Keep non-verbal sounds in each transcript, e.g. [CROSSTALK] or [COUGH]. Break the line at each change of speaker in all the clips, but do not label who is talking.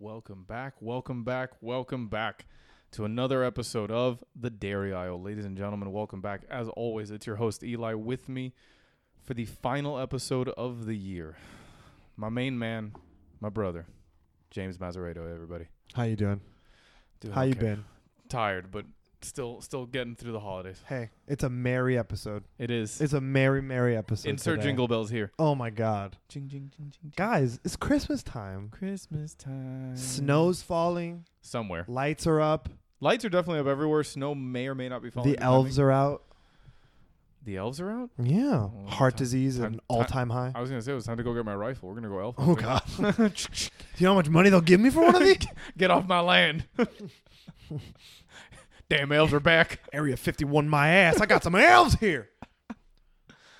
Welcome back, welcome back, welcome back to another episode of The Dairy Aisle. Ladies and gentlemen, welcome back. As always, it's your host Eli with me for the final episode of the year. My main man, my brother, James Mazareto, everybody.
How you doing?
Doing
How you
okay.
been?
Tired, but still still getting through the holidays.
Hey, it's a merry episode.
It is.
It's a merry, merry episode.
Insert
today.
jingle bells here.
Oh my god,
Jing jing jing jing.
guys, it's Christmas time.
Christmas time.
Snow's falling.
somewhere.
Lights are up.
Lights are definitely up everywhere. Snow may or may not be falling.
the elves are out.
The elves are out.
Yeah,
Well,
heart
Oh, time-
disease at
time-
an all-time high.
I was gonna say it was time to go get my rifle. We're gonna go elf.
Oh
hunting.
god, do [LAUGHS]
[LAUGHS]
you know how much money they'll give me for one of these?
Get off my [LAUGHS] land. Damn elves are back.
Area 51, my ass. I got some elves here.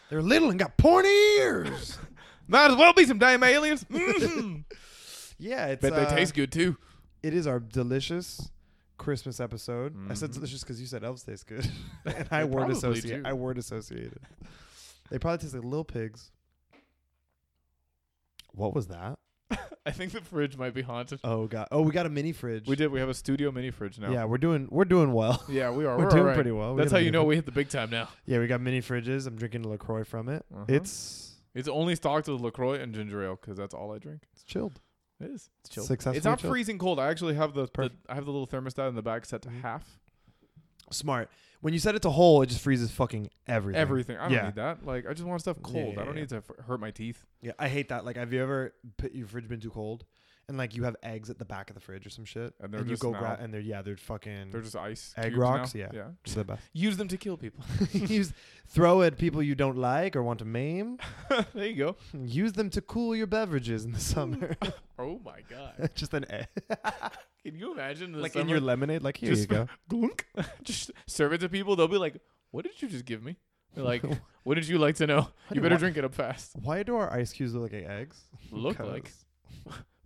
They're little and got pointy
[LAUGHS]
ears.
Might as well be some damn [LAUGHS] aliens. Mm.
Yeah, it's
Bet they
uh,
taste good too.
it is our delicious Christmas episode. I said
Mhm.
delicious because you said elves
[LAUGHS]
taste good, and I
They
word
probably do.
associate. I word associated. They probably taste like little pigs. What was that?
I think the fridge might be haunted.
Oh god! Oh, we got a mini
[LAUGHS]
fridge.
We did. We have a studio mini fridge now.
Yeah, we're doing we're doing well.
Yeah, we are.
We're
We're
doing
alright.
pretty well. We
That's
got
how
a
you
mini
know
fridge.
we hit the big time now.
Yeah, we got mini fridges. I'm drinking Lacroix from it.
Uh-huh.
It's
it's only stocked with Lacroix and ginger ale because that's all I drink.
it's chilled.
It is. It's chill.
Successful.
It's not freezing cold. I actually have the, the
Perfect.
I have the little thermostat in the back set to half.
Smart. When you set it to whole, it just freezes fucking everything.
Everything. I don't
Yeah.
need that. Like I just want stuff cold.
yeah,
I don't
yeah.
need to f- hurt my teeth.
Yeah, I hate that. Like, have you ever put your fridge been too cold, and like you have eggs at the back of the fridge or some shit,
And they're
you
just
go
now-
grab and they're yeah they're fucking
They're just ice.
Mm. Egg
cubes now.
rocks? Yeah.
Yeah.
just [LAUGHS]
[LAUGHS]
the best.
Use them to kill people.
Use throw at people you don't like or want to maim. [LAUGHS]
there you go.
Use them to cool your beverages in the
[LAUGHS]
summer. [LAUGHS]
Oh my [LAUGHS] god.
just an egg,
Can you imagine this?
like in your lemonade. Like here
Just-
you go.
[LAUGHS] glunk. just serve it to people. They'll be like, "What did you just give me?" They're
[LAUGHS]
like, [LAUGHS] "What did you like to know? You
do
better
[LAUGHS] I-
drink it up
[LAUGHS]
fast."
Why do our ice cubes look like eggs?
Look like.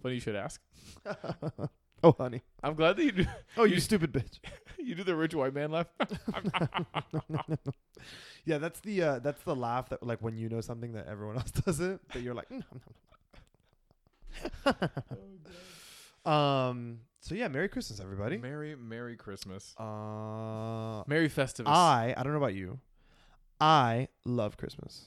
Funny you should ask.
'Cause- [LAUGHS] oh honey.
I'm glad that you do, [LAUGHS]
Oh you,
You- [LAUGHS]
stupid bitch. [LAUGHS]
you do the rich white man laugh.
Yeah, that's the uh, that's the laugh that like when you know something that everyone else [LAUGHS] doesn't, but you're like. "Mm, nom, nom, [LAUGHS] nom." um. So yeah, Merry Christmas, everybody.
Merry Merry Christmas.
Uh,
Merry Festivus.
I I don't know about you, I love Christmas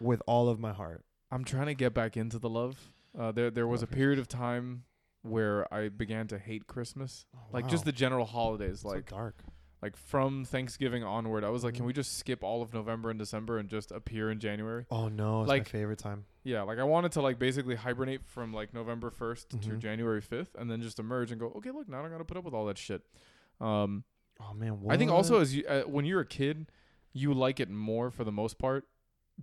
with all of my heart.
I'm trying to get back into the love. Uh, there there was a
Love
period of time where I began to hate Christmas, like just the general holidays, like
dark.
like from Thanksgiving onward. I was like, can
Mhm.
we just skip all of November and December and just appear in January?
Oh no, it's
like-
my favorite time.
Yeah, like I wanted to like basically hibernate from like November 1st to
Mhm.
January 5th and then just emerge and go, okay, look, now I don't got to put up with all that shit. Um,
Oh man,
I think also
what?
as you, uh, when you're a kid, you like it more for the most part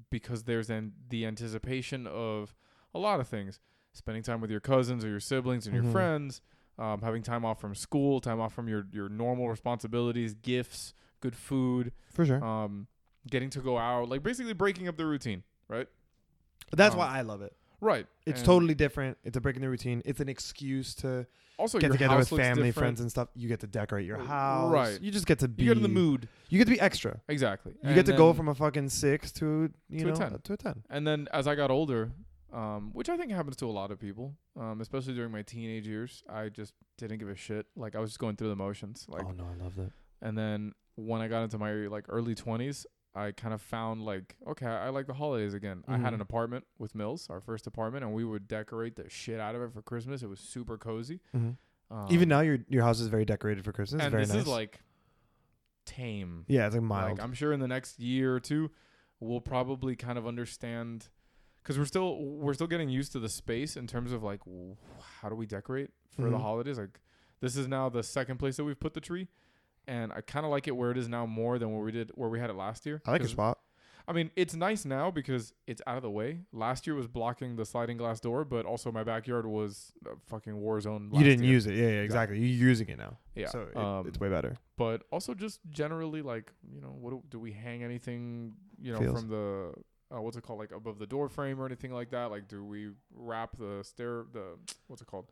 because there's an, the anticipation of a lot of things, spending time with your cousins or your siblings and your
Mhm.
friends, um, having time off from school, time off from your your normal responsibilities, gifts, good food,
for sure.
um, getting to go out, like basically breaking up the routine, right?
But that's
um,
why I love it.
Right.
It's
And
totally different. It's a break in the routine. It's an excuse to
also
get
your
together with
house looks
family,
different. Uh,
friends, and stuff. You get to decorate your
Right.
house. You just get to be.
You get in the mood.
You get to be extra.
Exactly.
You
And
get to go
then-
from a fucking six to you
To a
know
10.
to a ten.
And then as I got older, um, which I think happens to a lot of people, um, especially during my teenage years, I just didn't give a shit. Like I was just going through the motions. Like,
oh no, I love that.
and then when I got into my like early twenties, I kind of found like, okay, I like the holidays again. I had
Mhm.
an apartment with Mills, our first apartment, and we would decorate the shit out of it for Christmas. It was super cozy.
Mhm.
Um,
Even now, your your house is very decorated for Christmas.
and
very
this
nice.
is like tame.
yeah, it's like mild.
Like I'm sure in the next year or two, we'll probably kind of understand because we're still we're still getting used to the space in terms of like w- how do we decorate for the
Mhm.
holidays. Like this is now the second place that we've put the tree, and I kind of like it where it is now more than where we did where we had it last year.
I like your
'Cause-
spot.
I mean, it's nice now because it's out of the way. Last year was blocking the sliding glass door, but also my backyard was a fucking war zone.
You
last
didn't
year.
use it. Yeah, yeah, exactly. You're using it now.
yeah.
So it,
um,
it's way better.
but also just generally like you know what do, do we hang anything you know
Feels.
from the uh, what's it called like above the door frame or anything like that like do we wrap the stair the what's it called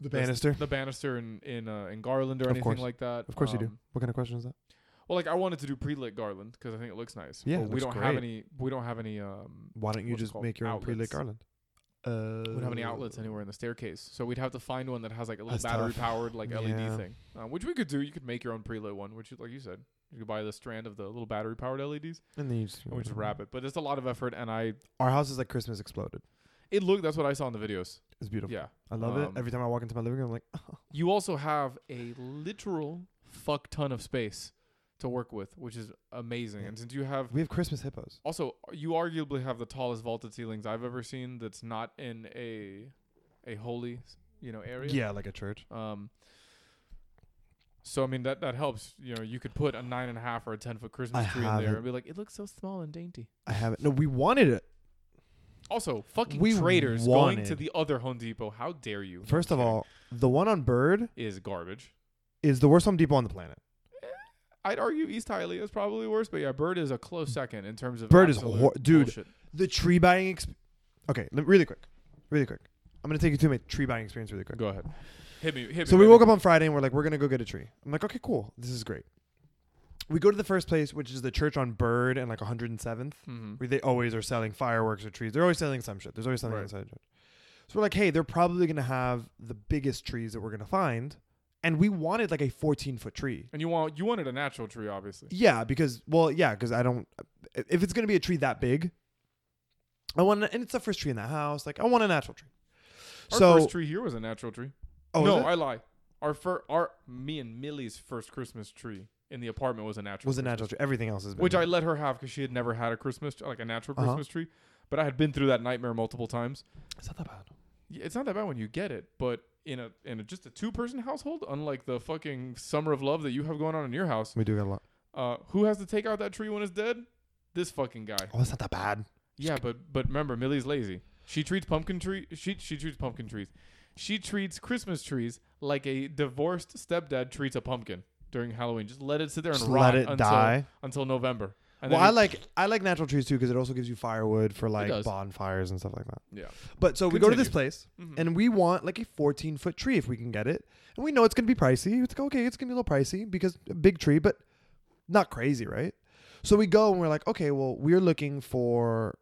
The
s-
banister.
the banister in in uh, in garland or
Of
anything
course.
like that
Of course you do.
Um,
What kind of question is that?
well like i wanted to do pre-lit garland because i think it looks nice
Yeah,
but
it
we
looks
don't have
great.
any we don't have any um
Why don't you
what's it
just
called?
make your own pre-lit
Outlets.
garland? Uh,
we don't have any outlets anywhere in the staircase, so we'd have to find one that has like a little
That's tough.
battery powered like LED
Yeah.
thing, uh, which we could do. You could make your own prelit one, which is- like you said, you could buy the strand of the little battery powered LEDs
And then you just,
and we just wrap it. But it's a lot of effort, and I
Our house is like Christmas exploded.
it looked that's what I saw in the videos.
It's beautiful.
Yeah,
I love
Um,
it. Every time I walk into my living room, I'm like, "Oh,
you also have a literal fuck ton of space to work with, which is amazing. And since you have
we have Christmas hippos.
also you arguably have the tallest vaulted ceilings I've ever seen. That's not in a a holy you know area.
Yeah, like a church.
Um, so I mean that that helps. You know, you could put a nine and a half or a ten foot Christmas
I
tree in
have
there
it.
and be like, it looks so small and dainty.
I have it. No, we wanted it.
Also, fucking
We
traders going to
wanted-
the other Home Depot. How dare you? No,
First
I'm
of
kidding.
all, the one on Bird
is garbage.
is the worst Home Depot on the planet.
I'd argue East Hialeah is probably worse, but yeah, Bird is a close second in terms of
Mm. Bird is
absolute
hor- dude.
bullshit.
The tree buying exp- Okay, let, really quick. Really quick. I'm going to take you through my tree buying experience really quick.
Go ahead, hit me. Hit me.
So we
baby.
woke up on Friday and we're like, we're gonna go get a tree. I'm like, okay, cool. This is great. We go to the first place, which is the church on Bird and like 107th,
Mhm.
where they always are selling fireworks or trees. They're always selling some shit. There's always something
Right.
inside the church. So we're like, hey, they're probably gonna have the biggest trees that we're gonna find, and we wanted like a 14 foot tree.
And you want you wanted a natural tree, obviously.
Yeah, because well, yeah, because I don't. If it's gonna be a tree that big, I want, and it's the first tree in that house. Like, I want a natural tree.
Our
so,
first tree here was a natural tree.
oh
no,
is it?
I lie. Our fir- our me and Millie's first Christmas tree in the apartment was a natural,
was a
Christmas
natural tree. Everything else is
tree, which I let her have because she had never had a Christmas tr- like a natural
Uh-huh.
Christmas tree. But I had been through that nightmare multiple times.
It's not that bad.
Y- It's not that bad when you get it, but in a in a, just a two person household, unlike the fucking summer of love that you have going on in your house,
We do get a lot.
uh, who has to take out that tree when it's dead? This fucking guy.
Oh, it's not that bad.
Yeah, but but remember, Millie's lazy. She treats pumpkin tree. She she treats pumpkin trees. She treats Christmas trees like a divorced stepdad treats a pumpkin during Halloween. Just let it sit there and
Just
rot
let it
until,
die.
until November. And
well,
then
I
you-
like I like natural trees too because it also gives you firewood for like
does.
bonfires and stuff like that.
Yeah.
But so we go to this
Continue.
place
Mhm.
and we want like a 14 foot tree if we can get it, and we know it's gonna be pricey. It's like, okay, it's gonna be a little pricey because a big tree, but not crazy, right? So we go and we're like, okay, well, we're looking for.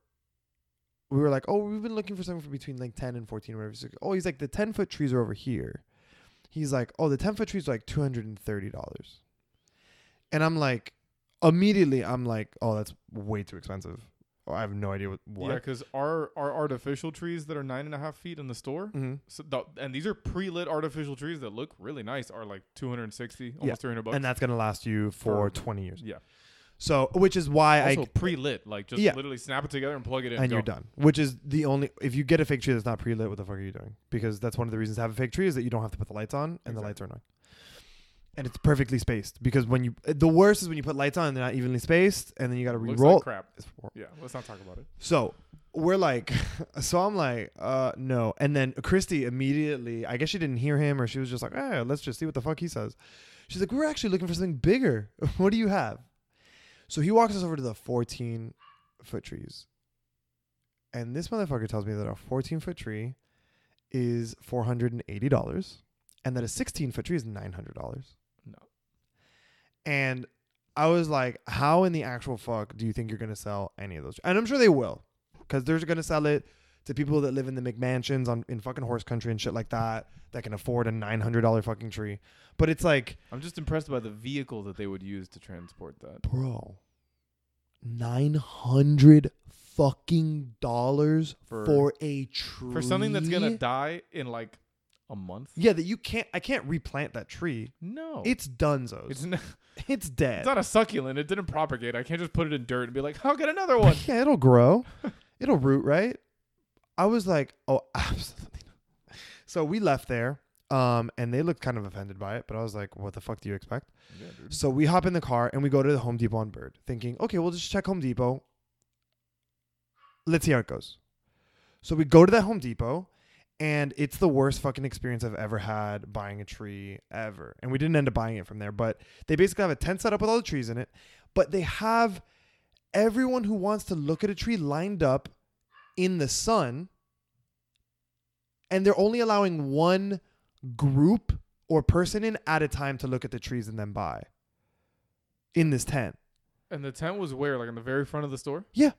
We were like, oh, we've been looking for something for between like 10 and 14 or whatever. So, oh, he's like, the 10 foot trees are over here. He's like, oh, the 10 foot trees are like $230. And I'm like, immediately, I'm like, oh, that's way too expensive. Oh, I have no idea what.
Yeah,
what.
because our our artificial trees that are nine and a half feet in the store,
hmm
so the, and these are pre lit artificial trees that look really nice, are like two hundred and sixty, almost three hundred bucks.
And that's going to last you for
For-
20 years.
yeah.
So, which is why I.
also pre lit, like just
Yeah.
literally snap it together and plug it in.
and
go.
you're done. Which is the only if you get a fake tree that's not pre-lit, what the fuck are you doing? Because that's one of the reasons to have a fake tree is that you don't have to put the lights on, and the lights are annoying. And it's perfectly spaced because when you the worst is when you put lights on and they're not evenly spaced, and then you got to
Looks
re-roll.
like crap.
It's hor-
Yeah, let's not talk about it.
so we're like, [LAUGHS] so I'm like, uh, no. And then Christy immediately, I guess she didn't hear him, or she was just like, eh, let's just see what the fuck he says. She's like, we're actually looking for something bigger. [LAUGHS] what do you have? So he walks us over to the 14 foot trees. And this motherfucker tells me that a 14 foot tree is $480 and that a 16 foot tree is $900.
No.
And I was like, how in the actual fuck do you think you're going to sell any of those? And I'm sure they will because they're going to sell it to people that live in the McMansions on, in fucking horse country and shit like that that can afford a $900 fucking tree. But it's like,
I'm just impressed by the vehicle that they would use to transport that.
bro, 900 fucking dollars
For-
for, a tree.
for something that's gonna die in like a month.
Yeah, that you can't, I can't replant that tree.
No,
It's donezo.
Oh. it's
It's,
n-
[LAUGHS]
it's
it's dead.
not a succulent. It didn't propagate. I can't just put it in dirt and be like, I'll get another one.
[LAUGHS] Yeah, it'll grow. it'll root, right? I was like, oh, [LAUGHS] absolutely not. So we left there, um, and they looked kind of offended by it, but I was like, what the fuck do you expect? So we hop in the car and we go to the Home Depot on Bird, thinking, okay, we'll just check Home Depot. Let's see how it goes. So we go to that Home Depot, and it's the worst fucking experience I've ever had buying a tree ever. And we didn't end up buying it from there, but they basically have a tent set up with all the trees in it, but they have everyone who wants to look at a tree lined up in the sun, and they're only allowing one group or person in at a time to look at the trees and then buy in this tent.
And the tent was where, like in the very front of the store.
Yeah.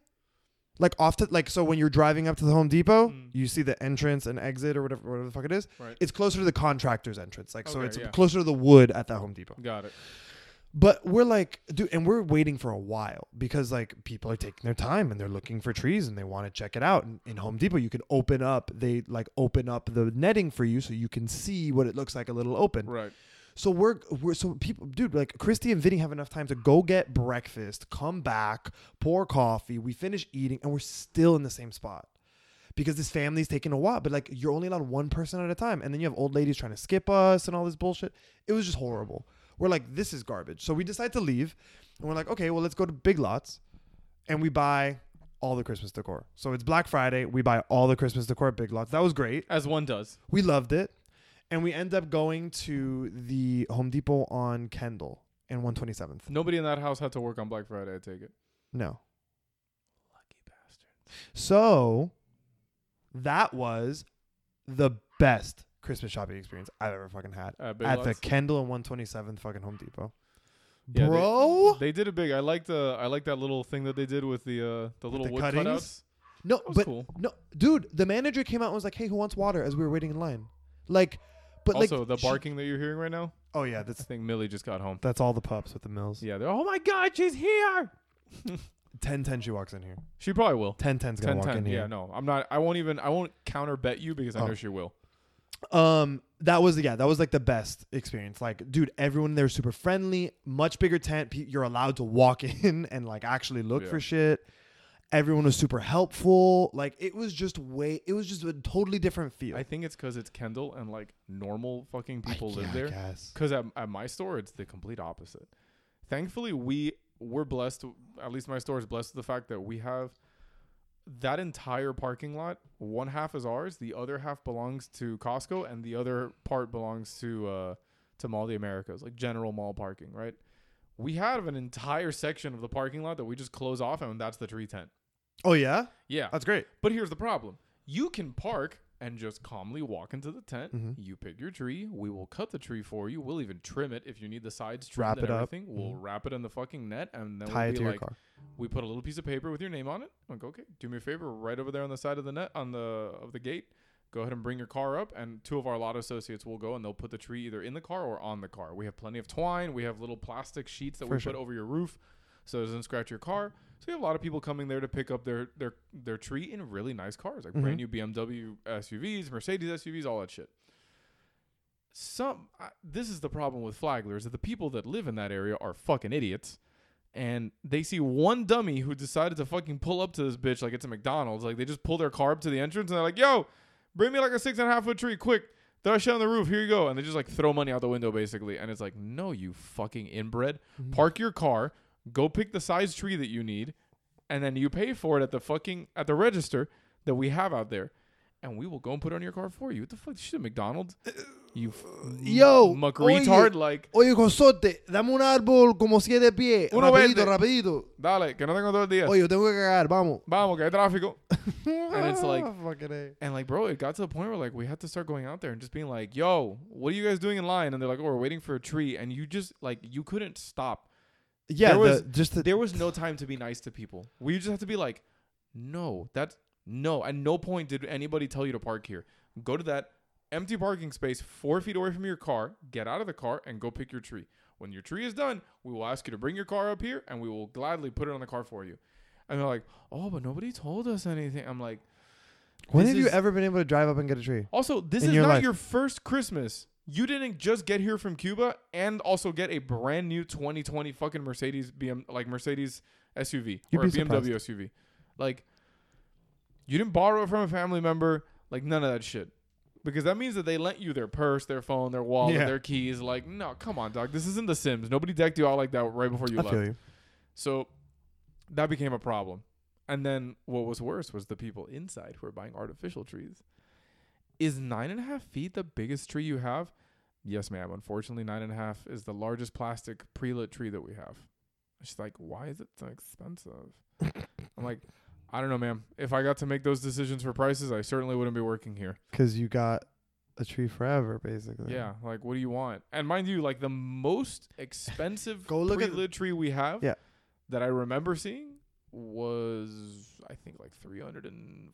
Like off to like so when you're driving up to the Home Depot,
Mm.
you see the entrance and exit or whatever whatever the fuck it is.
Right.
It's closer to the contractor's entrance. Like so
Okay,
it's
yeah.
closer to the wood at the Home Depot.
Got it.
But we're like, dude, and we're waiting for a while because like people are taking their time and they're looking for trees and they want to check it out. And in Home Depot, you can open up, they like open up the netting for you so you can see what it looks like a little open.
Right.
So we're, we're so people, dude, like Christy and Vinny have enough time to go get breakfast, come back, pour coffee. We finish eating, and we're still in the same spot because this family's taking a while. But like, you're only allowed one person at a time, and then you have old ladies trying to skip us and all this bullshit. It was just horrible. We're like, this is garbage. So we decide to leave, and we're like, okay, well, let's go to Big Lots, and we buy all the Christmas decor. So it's Black Friday. We buy all the Christmas decor at Big Lots. That was great.
As one does.
We loved it. And we end up going to the Home Depot on Kendall and 127th.
Nobody in that house had to work on Black Friday, I take it.
No.
Lucky bastard.
So that was the best Christmas shopping experience I've ever fucking had
Uh, Big
at
Lots.
the Kendall and 127th fucking Home Depot.
Yeah, they-
Bro?
They did it big. I like the I like that little thing that they did with the uh the little
the
wood
cuttings?
cutouts.
no,
That was
but
cool.
no, dude, the manager came out and was like, "Hey, who wants water?" as we were waiting in line. Like but
also,
like
the
she-
barking that you're hearing right now,
Oh yeah,
I
that's
think Millie just got home.
that's all the pups with the mills.
Yeah, they're oh my god, she's here.
1010 she walks in here.
She probably will.
1010's going to
Ten
walk
ten.
in here.
Yeah, no, I'm not. I won't even. I won't counter bet you because I
Oh.
know she will.
Um, that was yeah, that was like the best experience. Like, dude, everyone there was super friendly. Much bigger tent. Pe- You're allowed to walk [LAUGHS] in and like actually look
Yeah.
for shit. Everyone was super helpful. Like, it was just way. It was just a totally different feel.
I think it's because it's Kendall and like normal fucking
I-
people
yeah,
live
I
there.
guess.
Because at, at my store, it's the complete opposite. Thankfully, we we're blessed. At least my store is blessed with the fact that we have that entire parking lot. One half is ours. The other half belongs to Costco, and the other part belongs to uh, to Mall of the Americas, like general mall parking, right? We have an entire section of the parking lot that we just close off, and that's the tree tent.
Oh yeah,
Yeah,
that's great.
but here's the problem. You can park and just calmly walk into the tent.
Mhm.
You pick your tree. We will cut the tree for you. We'll even trim it if you need the sides trimmed
Wrap
and
it up. Mm-hmm.
everything. We'll wrap it in the fucking net and then
Tie
we'll
it
be
to your
like,
car.
we put a little piece of paper with your name on it. Like, okay, do me a favor, right over there on the side of the net on the of the gate. Go ahead and bring your car up, and two of our lot associates will go and they'll put the tree either in the car or on the car. We have plenty of twine. We have little plastic sheets that
For
we
sure.
put over your roof, so it doesn't scratch your car. So we have a lot of people coming there to pick up their their their tree in really nice cars, like brand new BMW SUVs, Mercedes SUVs, all that shit. Some I, this is the problem with Flagler is that the people that live in that area are fucking idiots and they see one dummy who decided to fucking pull up to this bitch like it's a McDonald's. Like they just pull their car up to the entrance and they're like, "Yo, bring me like a six and a half foot tree, quick! Throw that shit on the roof. Here you go." And they just like throw money out the window basically. And it's like, "No, you fucking inbred. Park your car, go pick the size tree that you need, and then you pay for it at the fucking at the register that we have out there." And we will go and put it on your car for you. What the fuck? This shit at McDonald's? You f-
Uh, Yo,
muck
oye.
retard. Like,
Oye, consorte, dame un árbol como siete pies.
Uno
rapidito,
verde.
rapidito.
dale, que no tengo todo el día.
Oye, yo tengo que cagar. Vamos.
Vamos, que hay tráfico. And it's like-
[LAUGHS] fucking A.
And like, bro, it got to the point where like we had to start going out there and just being like, "Yo, what are you guys doing in line?" And they're like, "Oh, we're waiting for a tree." And you just like you couldn't stop.
Yeah,
There was-
the- just the,
There was no time to be nice to people. We just have to be like, "No, that's no." At no point did anybody tell you to park here. Go to that empty parking space four feet away from your car. Get out of the car and go pick your tree. When your tree is done, we will ask you to bring your car up here, and we will gladly put it on the car for you. And they're like, "Oh, but nobody told us anything." I'm like.
When
This
have you
is-
ever been able to drive up and get a tree?
Also, this
in
is
your
not
life.
your first Christmas. You didn't just get here from Cuba and also get a brand new 2020 fucking Mercedes BM like Mercedes SUV
You'd
or a
be surprised.
BMW SUV. Like you didn't borrow it from a family member, like none of that shit. Because that means that they lent you their purse, their phone, their wallet,
Yeah.
their keys. Like, no, come on, dog. This isn't The Sims. Nobody decked you out like that right before you
I
left.
feel you.
So that became a problem. And then what was worse was the people inside who were buying artificial trees. Is nine and a half feet the biggest tree you have? Yes, ma'am. Unfortunately, nine and a half is the largest plastic pre-lit tree that we have. She's like, why is it so expensive? I'm like, I don't know, ma'am. If I got to make those decisions for prices, I certainly wouldn't be working here.
Because you got a tree forever, basically.
Yeah, like, what do you want? And mind you, like the most expensive
[LAUGHS] Go look at the-
pre-lit tree we have
Yeah.
that I remember seeing was I think like three hundred and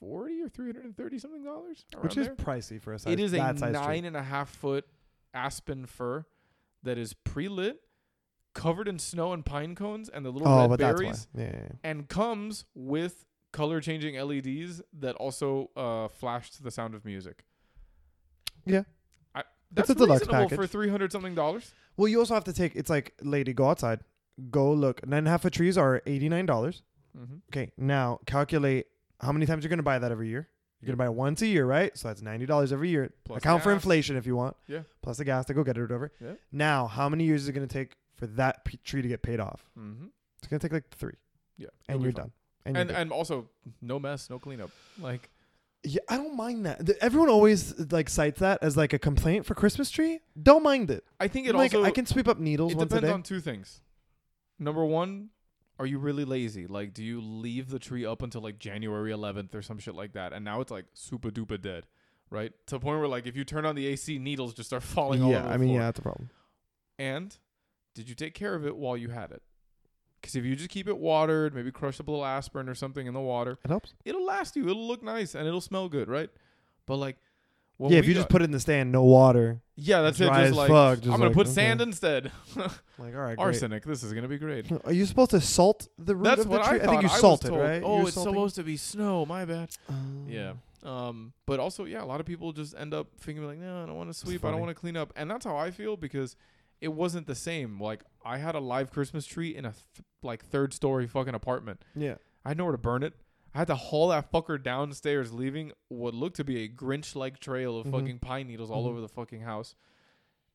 forty or three hundred and thirty something dollars.
which
around
is
there.
pricey for a size.
it is a
that size tree.
nine and a half foot aspen fir that is pre lit, covered in snow and pine cones and the little
Oh,
red
but
berries,
that's why. Yeah, yeah, yeah.
and comes with color changing LEDs that also uh, flash to the sound of music.
Yeah.
I,
It's
that's
a deluxe
reasonable for
package.
three hundred something dollars.
Well, you also have to take. It's like, lady, go outside. Go look. Nine and a half foot trees are eighty nine dollars.
Mm-hmm.
Okay, now calculate how many times you're gonna buy that every year. You're gonna buy once a year, right? So that's ninety dollars every year.
Plus
Account for
gas.
inflation if you want.
Yeah.
Plus the gas to go get it or whatever.
Yeah.
Now, how many years is it gonna take for that p- tree to get paid off?
Mm-hmm.
It's gonna take like three,
Yeah, it'll
and
be
you're
fine.
done. And,
And
you're good.
and also no mess, no cleanup. Like
yeah, I don't mind that. Th- Everyone always like cites that as like a complaint for Christmas tree. Don't mind it.
I think it
like
also
I can sweep up needles
it
once a
depends
day.
on two things. Number one, are you really lazy? Like, do you leave the tree up until like January 11th or some shit like that? And now it's like super duper dead, right? To the point where like if you turn on the AC, needles just start [LAUGHS] falling all over
yeah,
the
I mean,
floor.
yeah, that's a problem.
And did you take care of it while you had it? Because if you just keep it watered, maybe crush up a little aspirin or something in the water,
It helps.
it'll last you. It'll look nice and it'll smell good, right? But like, when
yeah, if
we
you just
got-
put it in the stand, no water.
yeah, that's it.
dry
Just
as
like
fuck, just
I'm gonna
like,
put
okay.
sand instead.
Like, all right, [LAUGHS] great.
Arsenic. This is gonna be great.
[LAUGHS] Are you supposed to salt the root
That's
of the
what
tree?
I thought.
think you
was
salt it,
told,
right?
Oh,
You're
it's
salting?
supposed to be snow. My bad.
Um,
Yeah. Um, but also, yeah, a lot of people just end up thinking like, no, I don't want to sweep. I don't
funny.
want to clean up, and that's how I feel because it wasn't the same. Like I had a live Christmas tree in a th- like third story fucking apartment.
Yeah.
I had nowhere to burn it. I had to haul that fucker downstairs, leaving what looked to be a Grinch like trail of
Mhm.
fucking pine needles all
Mhm.
over the fucking house.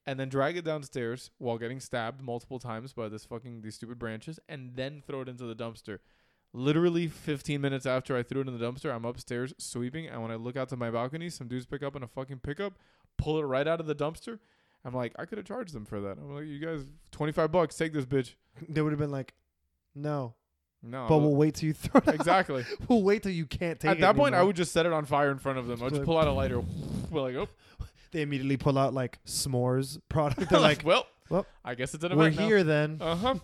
And then drag it downstairs while getting stabbed multiple times by this fucking these stupid branches and then throw it into the dumpster. Literally 15 minutes after I threw it in the dumpster, I'm upstairs sweeping. And when I look out to my balcony, some dudes pick up in a fucking pickup, pull it right out of the dumpster. I'm like, I could have charged them for that. I'm like, you guys, 25 bucks, take this bitch.
They would have been like, no,
No. I
but
was-
we'll wait till you [LAUGHS] throw it.
[LAUGHS]
out.
exactly.
we'll wait till you can't take it.
Uh, At that point, I
anymore.
would just set it on fire in front of them. I would just pull out a lighter. [LAUGHS] We're like, oh,
They immediately pull out like s'mores
[LAUGHS]
product. They're
they're like,
like,
well,
well,
I guess it's an
we're
event [LAUGHS]
here then.
Uh huh.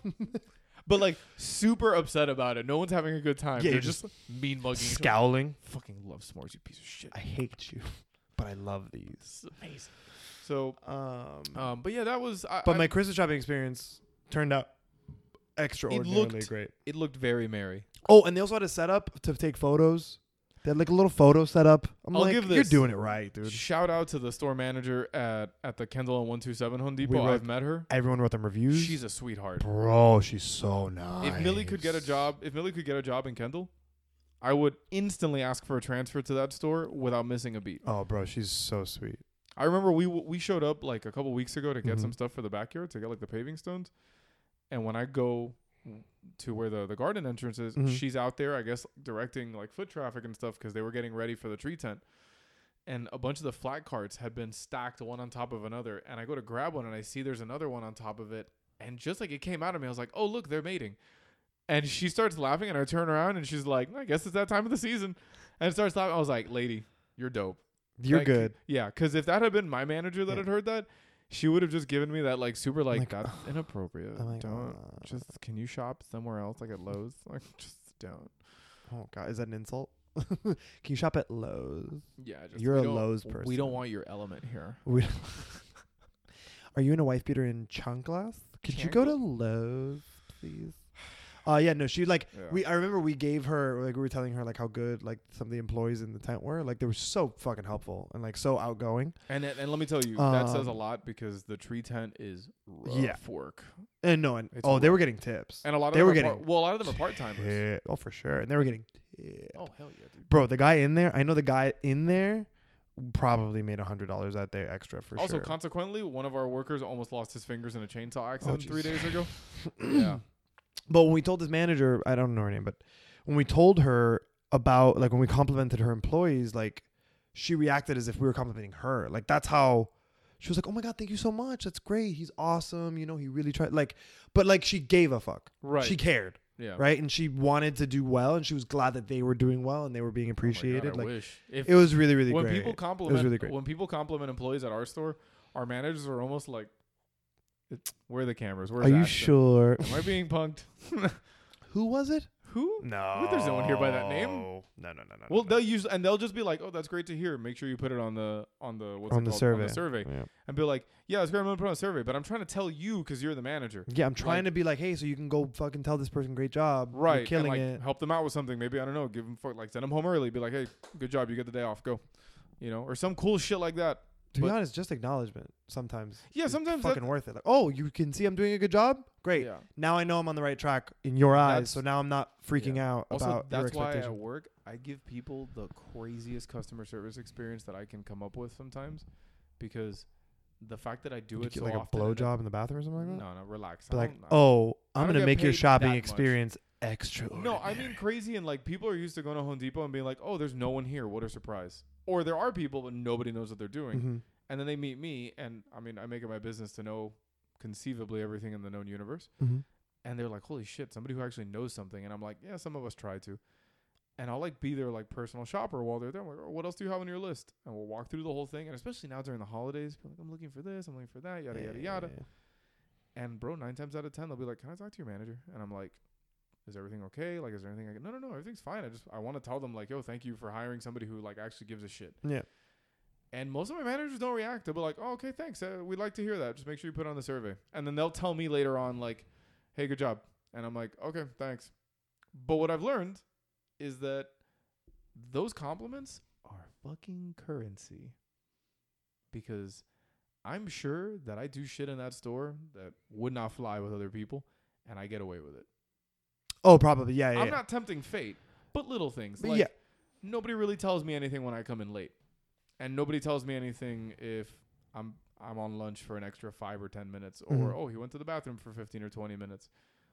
but like, super upset about it. No one's having a good time.
Yeah,
they're
you're
just mean mugging. each other.
Scowling.
Fucking love s'mores, you piece of shit.
I hate you, [LAUGHS] but I love these.
It's amazing. So,
Um,
um, but yeah, that was. I,
but
I-
my Christmas shopping experience turned out extraordinarily
looked-
great.
it looked very merry.
Oh, and they also had a setup to take photos. They had like a little photo setup. I'm
I'll
like,
give
you're
this-
doing it right, dude.
Shout out to the store manager at at the Kendall and One Two Seven Home Depot.
wrote-
I've met her.
Everyone wrote them reviews.
She's a sweetheart.
Bro, she's so nice.
If Millie could get a job, if Millie could get a job in Kendall, I would instantly ask for a transfer to that store without missing a beat.
Oh, bro, she's so sweet.
I remember we w- we showed up like a couple weeks ago to get
Mhm.
some stuff for the backyard to get like the paving stones, and when I go to where the the garden entrance is,
Mhm.
she's out there, I guess, directing like foot traffic and stuff because they were getting ready for the tree tent. And a bunch of the flat carts had been stacked one on top of another, and I go to grab one and I see there's another one on top of it, and just like it came out of me, I was like, "Oh look, they're mating." And she starts laughing, and I turn around, and she's like, "I guess it's that time of the season," and starts laughing. I was like, "Lady, you're dope."
You're
Thank you.
good.
Yeah, because if that had been my manager that
Yeah.
had heard that, she would have just given me that like super like,
Like,
that's
[SIGHS]
inappropriate.
I'm like,
don't
uh,
just can you shop somewhere else
[LAUGHS]
like at Lowe's? Like just don't.
Oh god, is that an insult? [LAUGHS] Can you shop at Lowe's?
Yeah,
just, You're we a don't- Lowe's
We
person.
don't want your element here.
We- Are you in a wife beater in Chanclas? Could you go to
Chanclas?
Lowe's, please? Uh yeah, no, she like
Yeah.
we I remember we gave her like we were telling her like how good like some of the employees in the tent were. Like they were so fucking helpful and like so outgoing.
and it- and let me tell you, that says a
Um,
lot because the tree tent is rough
Yeah.
work,
And no, and
It's
oh, they
rough.
were getting tips.
and a lot of
They
them
were
are part-
getting
well, a lot of them are part timers.
Yeah, oh for sure. And they were getting tips.
Oh hell yeah, dude.
bro the guy in there i know the guy in there probably made a hundred dollars that day extra for
also,
sure Oh,
consequently, one of our workers almost lost his fingers in a chainsaw accident three
jeez.
days
[CLEARS THROAT]
ago. yeah,
but when we told this manager i don't know her name but when we told her about like when we complimented her employees like she reacted as if we were complimenting her like that's how she was like oh my god thank you so much that's great he's awesome you know he really tried like but like she gave a fuck
right.
she cared
yeah, Oh my God,
right and she wanted to do well and she was glad that they were doing well and they were being appreciated
Oh I
like
wish. If
it was really really
when
great
people compliment
really great.
when people compliment employees at our store, our managers are almost like, "It's- "Where are the cameras? Where's
are you
Ashton?
sure
Am I being punked?"
who was it
Who?
[LAUGHS] No.
there's no one here by that name.
No, no, no, no.
Well,
no,
they'll use and they'll just be like, "Oh, that's great to hear. Make sure you put it on the on the what's it
On the
called? on
survey.
the survey."
Yeah.
And be like, "Yeah, it's great. I'm gonna put it on the survey, but I'm trying to tell you because you're the manager,
Yeah, I'm trying
Like-
to be like, hey, so you can go fucking tell this person great job. You're
right?
killing
and like
it.
help them out with something. Maybe I don't know. Give them fuck, like send them home early. Be like, "Hey, good job. You get the day off. Go." You know, or some cool shit like that.
To be
but-
honest, just acknowledgement sometimes.
Yeah,
is
sometimes that-
fucking worth it. Like, oh, you can see I'm doing a good job. Great.
Yeah.
Now I know I'm on the right track in your eyes.
That's-
so now I'm not freaking out
Also,
about your
that's why
expectations.
at work I give people the craziest customer service experience that I can come up with sometimes, because the fact that I do
Would you
it
get
so
like
often
a
and-
blowjob in the bathroom or something like that.
No, no, relax. I
Be like,
don't- I don't-
oh, I'm
don't
gonna
get
make your
paid
shopping
that much."
experience extra.
No, I mean crazy, and like people are used to going to Home Depot and being like, "Oh, there's no one here. What a surprise!" Or there are people, but nobody knows what they're doing,
hmm
and then they meet me, and I mean, I make it my business to know conceivably everything in the known universe,
hmm
and they're like, "Holy shit, somebody who actually knows something," and I'm like, "Yeah, some of us try to." And I'll like be their like personal shopper while they're there. I'm like, oh, what else do you have on your list? And we'll walk through the whole thing. And especially now during the holidays, be like, I'm looking for this, I'm looking for that, yada yada yada. And bro, nine times out of ten, they'll be like, "Can I talk to your manager?" And I'm like, "Is everything okay? Like, is there anything I can?" No, no, no, everything's fine. I just I want to tell them like, "Yo, thank you for hiring somebody who like actually gives a shit."
Yeah.
And most of my managers don't react. They'll be like, "Oh, okay, thanks. Uh, we'd like to hear that. Just make sure you put it on the survey." And then they'll tell me later on like, "Hey, good job." And I'm like, "Okay, thanks." But what I've learned is that those compliments are fucking currency because I'm sure that I do shit in that store that would not fly with other people, and I get away with it.
Oh, probably. Yeah, yeah.
I'm
yeah.
not tempting fate, but little things.
But
like,
yeah.
Nobody really tells me anything when I come in late, and nobody tells me anything if I'm I'm on lunch for an extra five or ten minutes, or
Mhm.
oh he went to the bathroom for fifteen or twenty minutes.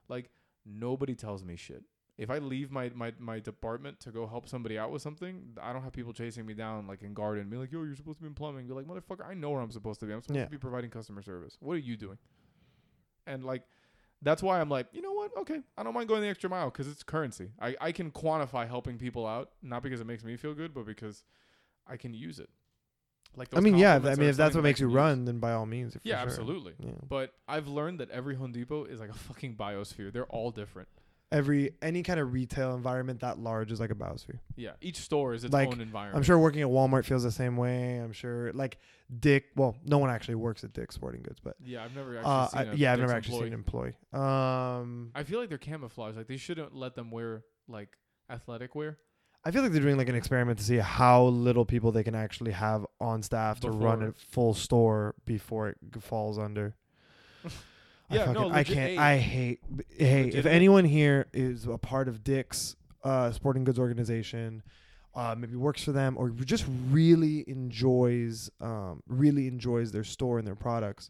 Like nobody tells me shit. If I leave my, my, my department to go help somebody out with something, I don't have people chasing me down like in garden, be like, yo, you're supposed to be in plumbing. Be like, motherfucker, I know where I'm supposed to be. I'm supposed
Yeah.
to be providing customer service. What are you doing? And like, that's why I'm like, you know what? Okay, I don't mind going the extra mile because it's currency. I, I can quantify helping people out, not because it makes me feel good, but because I can use it. Like,
I
those
mean, yeah. if- I
compliments
mean,
are
if that's
something
what
that I
makes you
can use.
run, then by all means. for
yeah,
sure.
absolutely.
Yeah.
But I've learned that every Home Depot is like a fucking biosphere. They're all different.
Every any kind of retail environment that large is like a biosphere.
Yeah, each store is its
Like,
own environment.
I'm sure working at Walmart feels the same way. I'm sure, like Dick. Well, no one actually works at Dick Sporting Goods, but
Yeah, I've never actually
uh,
seen.
I,
a
yeah, I've never
Dick's
actually
employee.
seen an employee. Um,
I feel like they're camouflage. Like they shouldn't let them wear like athletic wear.
I feel like they're doing like an experiment to see how little people they can actually have on staff to run
Before.
a full store before it g- falls under.
Yeah,
I fucking,
no,
I
legit-
can't.
hey.
I hate. b- Hey, if
Legitimate.
anyone here is a part of Dick's uh, sporting goods organization, uh, maybe works for them, or just really enjoys, um, really enjoys their store and their products.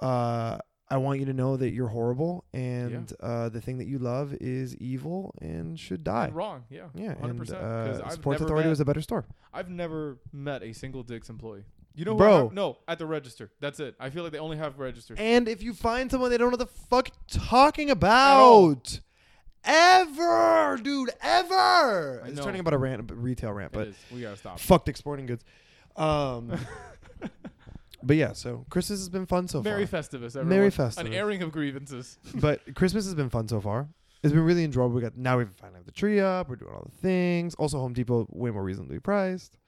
Uh, I want you to know that you're horrible, and uh, the thing that you love is evil and should die.
And wrong. Yeah.
Yeah,
100%.
and
'cause
uh,
I've
Sports
never
Authority
met-
was a better store.
I've never met a single Dick's employee. You know, who
Bro.
I have- no, at the register. That's it. I feel like they only have registers.
And if you find someone they don't know the fuck talking
all.
about, ever, dude, ever.
I
It's
know.
turning about a rant, a retail rant,
It
but
is. we gotta stop.
fuck Dick's Sporting Goods.
[LAUGHS]
Um, but yeah, so Christmas has been fun so
Merry
far.
Festivus, everyone.
Merry
An
Festivus.
airing of grievances.
[LAUGHS] but Christmas has been fun so far. It's been really enjoyable. We got now we finally have the tree up. We're doing all the things. Also, Home Depot way more reasonably priced.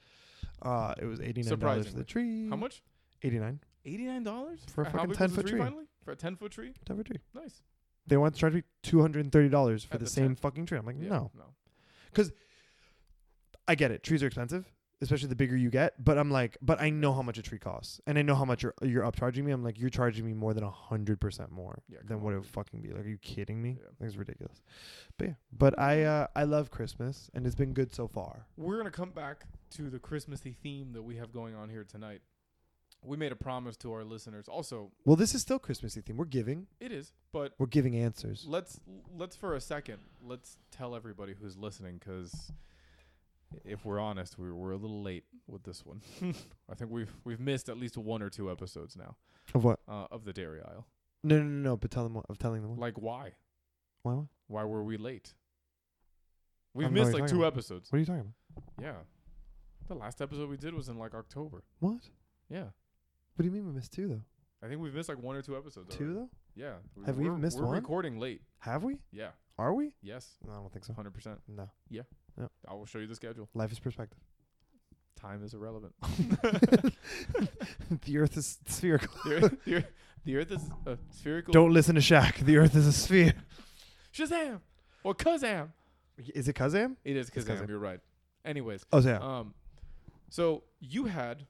Uh, it was eighty nine dollars for
Surprisingly.
the tree.
How much?
Eighty nine
Eighty nine dollars
Mm. For a
How
fucking
big was
10
the
foot tree.
Finally, for a ten foot tree.
for a tree.
Nice.
They want to charge me two hundred and thirty dollars for
At
the,
the
same
time.
fucking tree. I'm like,
Yeah,
no.
no.
I get it. Trees are expensive, especially the bigger you get. But I'm like, but I know how much a tree costs, and I know how much you're you're upcharging me. I'm like, you're charging me more than a hundred percent more
Yeah, come
than what
on,
it would fucking be. Like, are you kidding me?
Yeah.
Like, it's ridiculous. But yeah, but I uh, I love Christmas, and it's been good so far.
We're gonna come back to the Christmassy theme that we have going on here tonight. We made a promise to our listeners. Also,
Well, this is still Christmassy theme. We're giving,
it is, but
we're giving answers.
let's let's for a second let's tell everybody who's listening because if we're honest we we're a little late with this one [LAUGHS] i think we've we've missed at least one or two episodes now
Of what?
uh, of the dairy aisle
No, no, no, no. But tell them what. Of telling them what.
like why
Why? What
why were we late we've
don't know
missed
what
like
you're
two episodes
What are you talking about?
yeah the last episode we did was in like october
What? What
yeah
do you mean we missed two though?
i think we've missed like one or two episodes
Two
already.
though?
yeah we-
Have we even
we're-
missed
we're
one?
recording late
Have we?
yeah
Are we?
Yes,
No, I don't think so.
100%.
No.
I will show you the schedule.
Life is perspective.
Time is irrelevant.
[LAUGHS] the earth is spherical.
the,
[LAUGHS]
earth, the earth- the earth is uh, spherical.
Don't listen to Shaq. The earth is a sphere.
Shazam or Kazam.
Is it Kazam?
It is
It's
Kazam.
Kazam.
You're right. Anyways,
Oh, so yeah.
um, so you had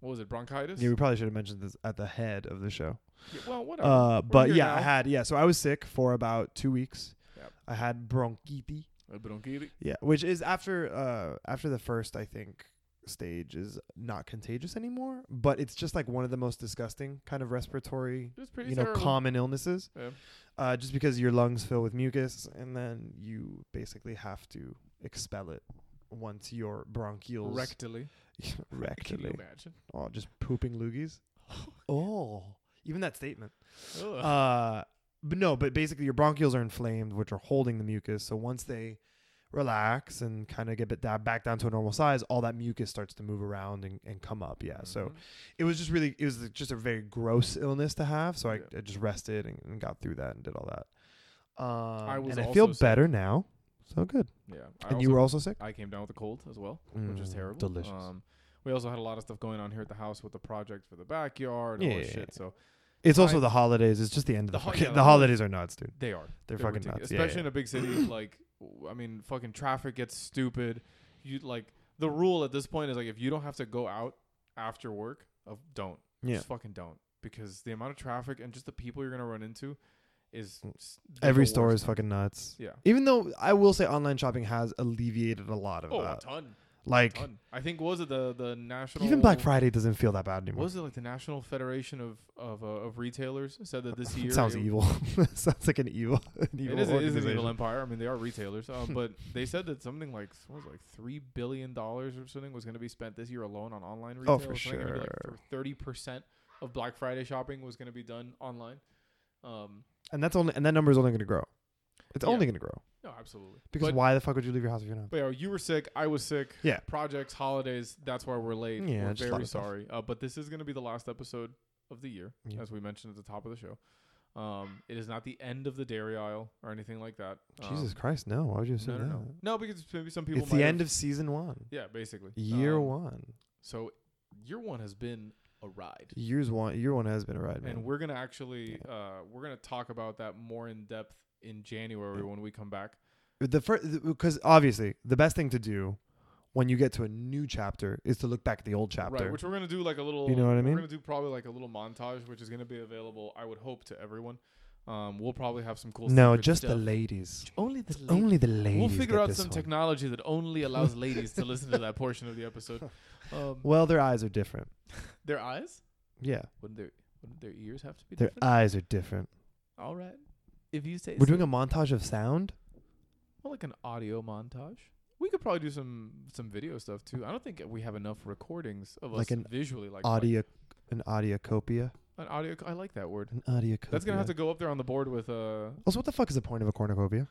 what was it? Bronchitis.
yeah, we probably should have mentioned this at the head of the show.
Yeah, well, whatever.
Uh, but
here
yeah, I
now.
had yeah. So I was sick for about two weeks.
Yep.
I had bronchitis.
Uh, bronchitis.
Yeah, which is after uh after the first I think stage is not contagious anymore, but it's just like one of the most disgusting kind of respiratory
It was pretty
you know
terrible.
common illnesses.
Yeah.
Uh, just because your lungs fill with mucus and then you basically have to expel it once your bronchioles [LAUGHS]
Rectally. Can you
rectally
imagine?
oh just
[LAUGHS]
pooping loogies. oh, even that statement.
Ugh.
Uh, but no, but basically your bronchioles are inflamed, which are holding the mucus. So once they relax and kind of get bit da- back down to a normal size, all that mucus starts to move around and, and come up. Yeah. So
Mhm.
it was just really, it was just a very gross illness to have. So I,
Yeah.
I just rested and, and got through that and did all that. Um,
was
and I
also
feel
sick.
better now. So good.
Mm-hmm. yeah. I
and
also,
you were also sick?
I came down with a cold as well, which is
Mm,
terrible.
delicious.
Um, we also had a lot of stuff going on here at the house with the project for the backyard and all
Yeah.
this shit. So
It's also
I-
the holidays. It's just the end of the,
The ho-
fucking-
yeah,
the,
the holidays-
holidays are nuts, dude.
they are.
They're, fucking
ridiculous.
nuts. Yeah,
Especially
yeah,
in a big
[CLEARS THROAT]
city, like w- I mean, fucking traffic gets stupid. You like the rule at this point is like if you don't have to go out after work, of don't
yeah.
just fucking don't because the amount of traffic and just the people you're gonna run into is s- they're
Mm. Every
the
store
worst.
is fucking nuts.
yeah.
Even though I will say online shopping has alleviated a lot of
Oh, a
that.
ton,
Like
ton. I think was it the the national
even Black Friday doesn't feel that bad anymore.
Was it like the National Federation of of uh, of retailers said that this year
[LAUGHS] It sounds
it-
evil. It sounds like an evil, an evil
It is, it is an evil
organization.
empire. I mean, they are retailers,
[LAUGHS]
um, but they said that something like what was it, like three billion dollars or something was going to be spent this year alone on online retail.
Oh, for
Something gonna be
sure.
Like thirty percent of Black Friday shopping was going to be done online. Um,
and that's only and that number is only going to grow. It's
Yeah.
only going to grow
no, absolutely.
because
but,
why the fuck would you leave your house if you're not?
But yeah, you were sick. I was sick.
Yeah.
Projects, holidays. That's why we're late.
Yeah,
We're
just a lot
very
of stuff.
sorry. Uh, but this is going to be the last episode of the year,
Yeah.
as we mentioned at the top of the show. Um, it is not the end of the dairy aisle or anything like that. Um,
Jesus Christ, no! Why would you
No, no,
assume that?
no. No, because maybe some people.
It's the
might
end
have-
of season one,
Yeah, basically.
year
Um,
one,
So year one has been a ride.
years one, year one has been a ride, man.
And we're gonna actually uh, we're gonna talk about that more in depth in January when we come back.
the first because obviously the best thing to do when you get to a new chapter is to look back at the old chapter.
Right, which we're gonna do like a little
You know what I mean?
We're gonna do probably like a little montage, which is gonna be available, I would hope, to everyone. Um, we'll probably have some cool
no,
secret
just the
stuff.
ladies.
only the ladies.
Only the ladies.
We'll figure
get
out
this
some
one.
technology that only allows ladies to listen to that portion of the
[LAUGHS]
episode. Um,
Well, their eyes are different.
their eyes?
Yeah,
Wouldn't their wouldn't their ears have to be
their
different?
eyes are different.
All right. If you say
We're doing a montage of sound.
Well, like an audio montage. We could probably do some some video stuff too. I don't think we have enough recordings of
Like
us
an
visually like
audio an audiocopia
like- an audio. I like that word.
an audiocopia
That's gonna have to go up there on the board with uh.
also what the fuck is the point of a cornucopia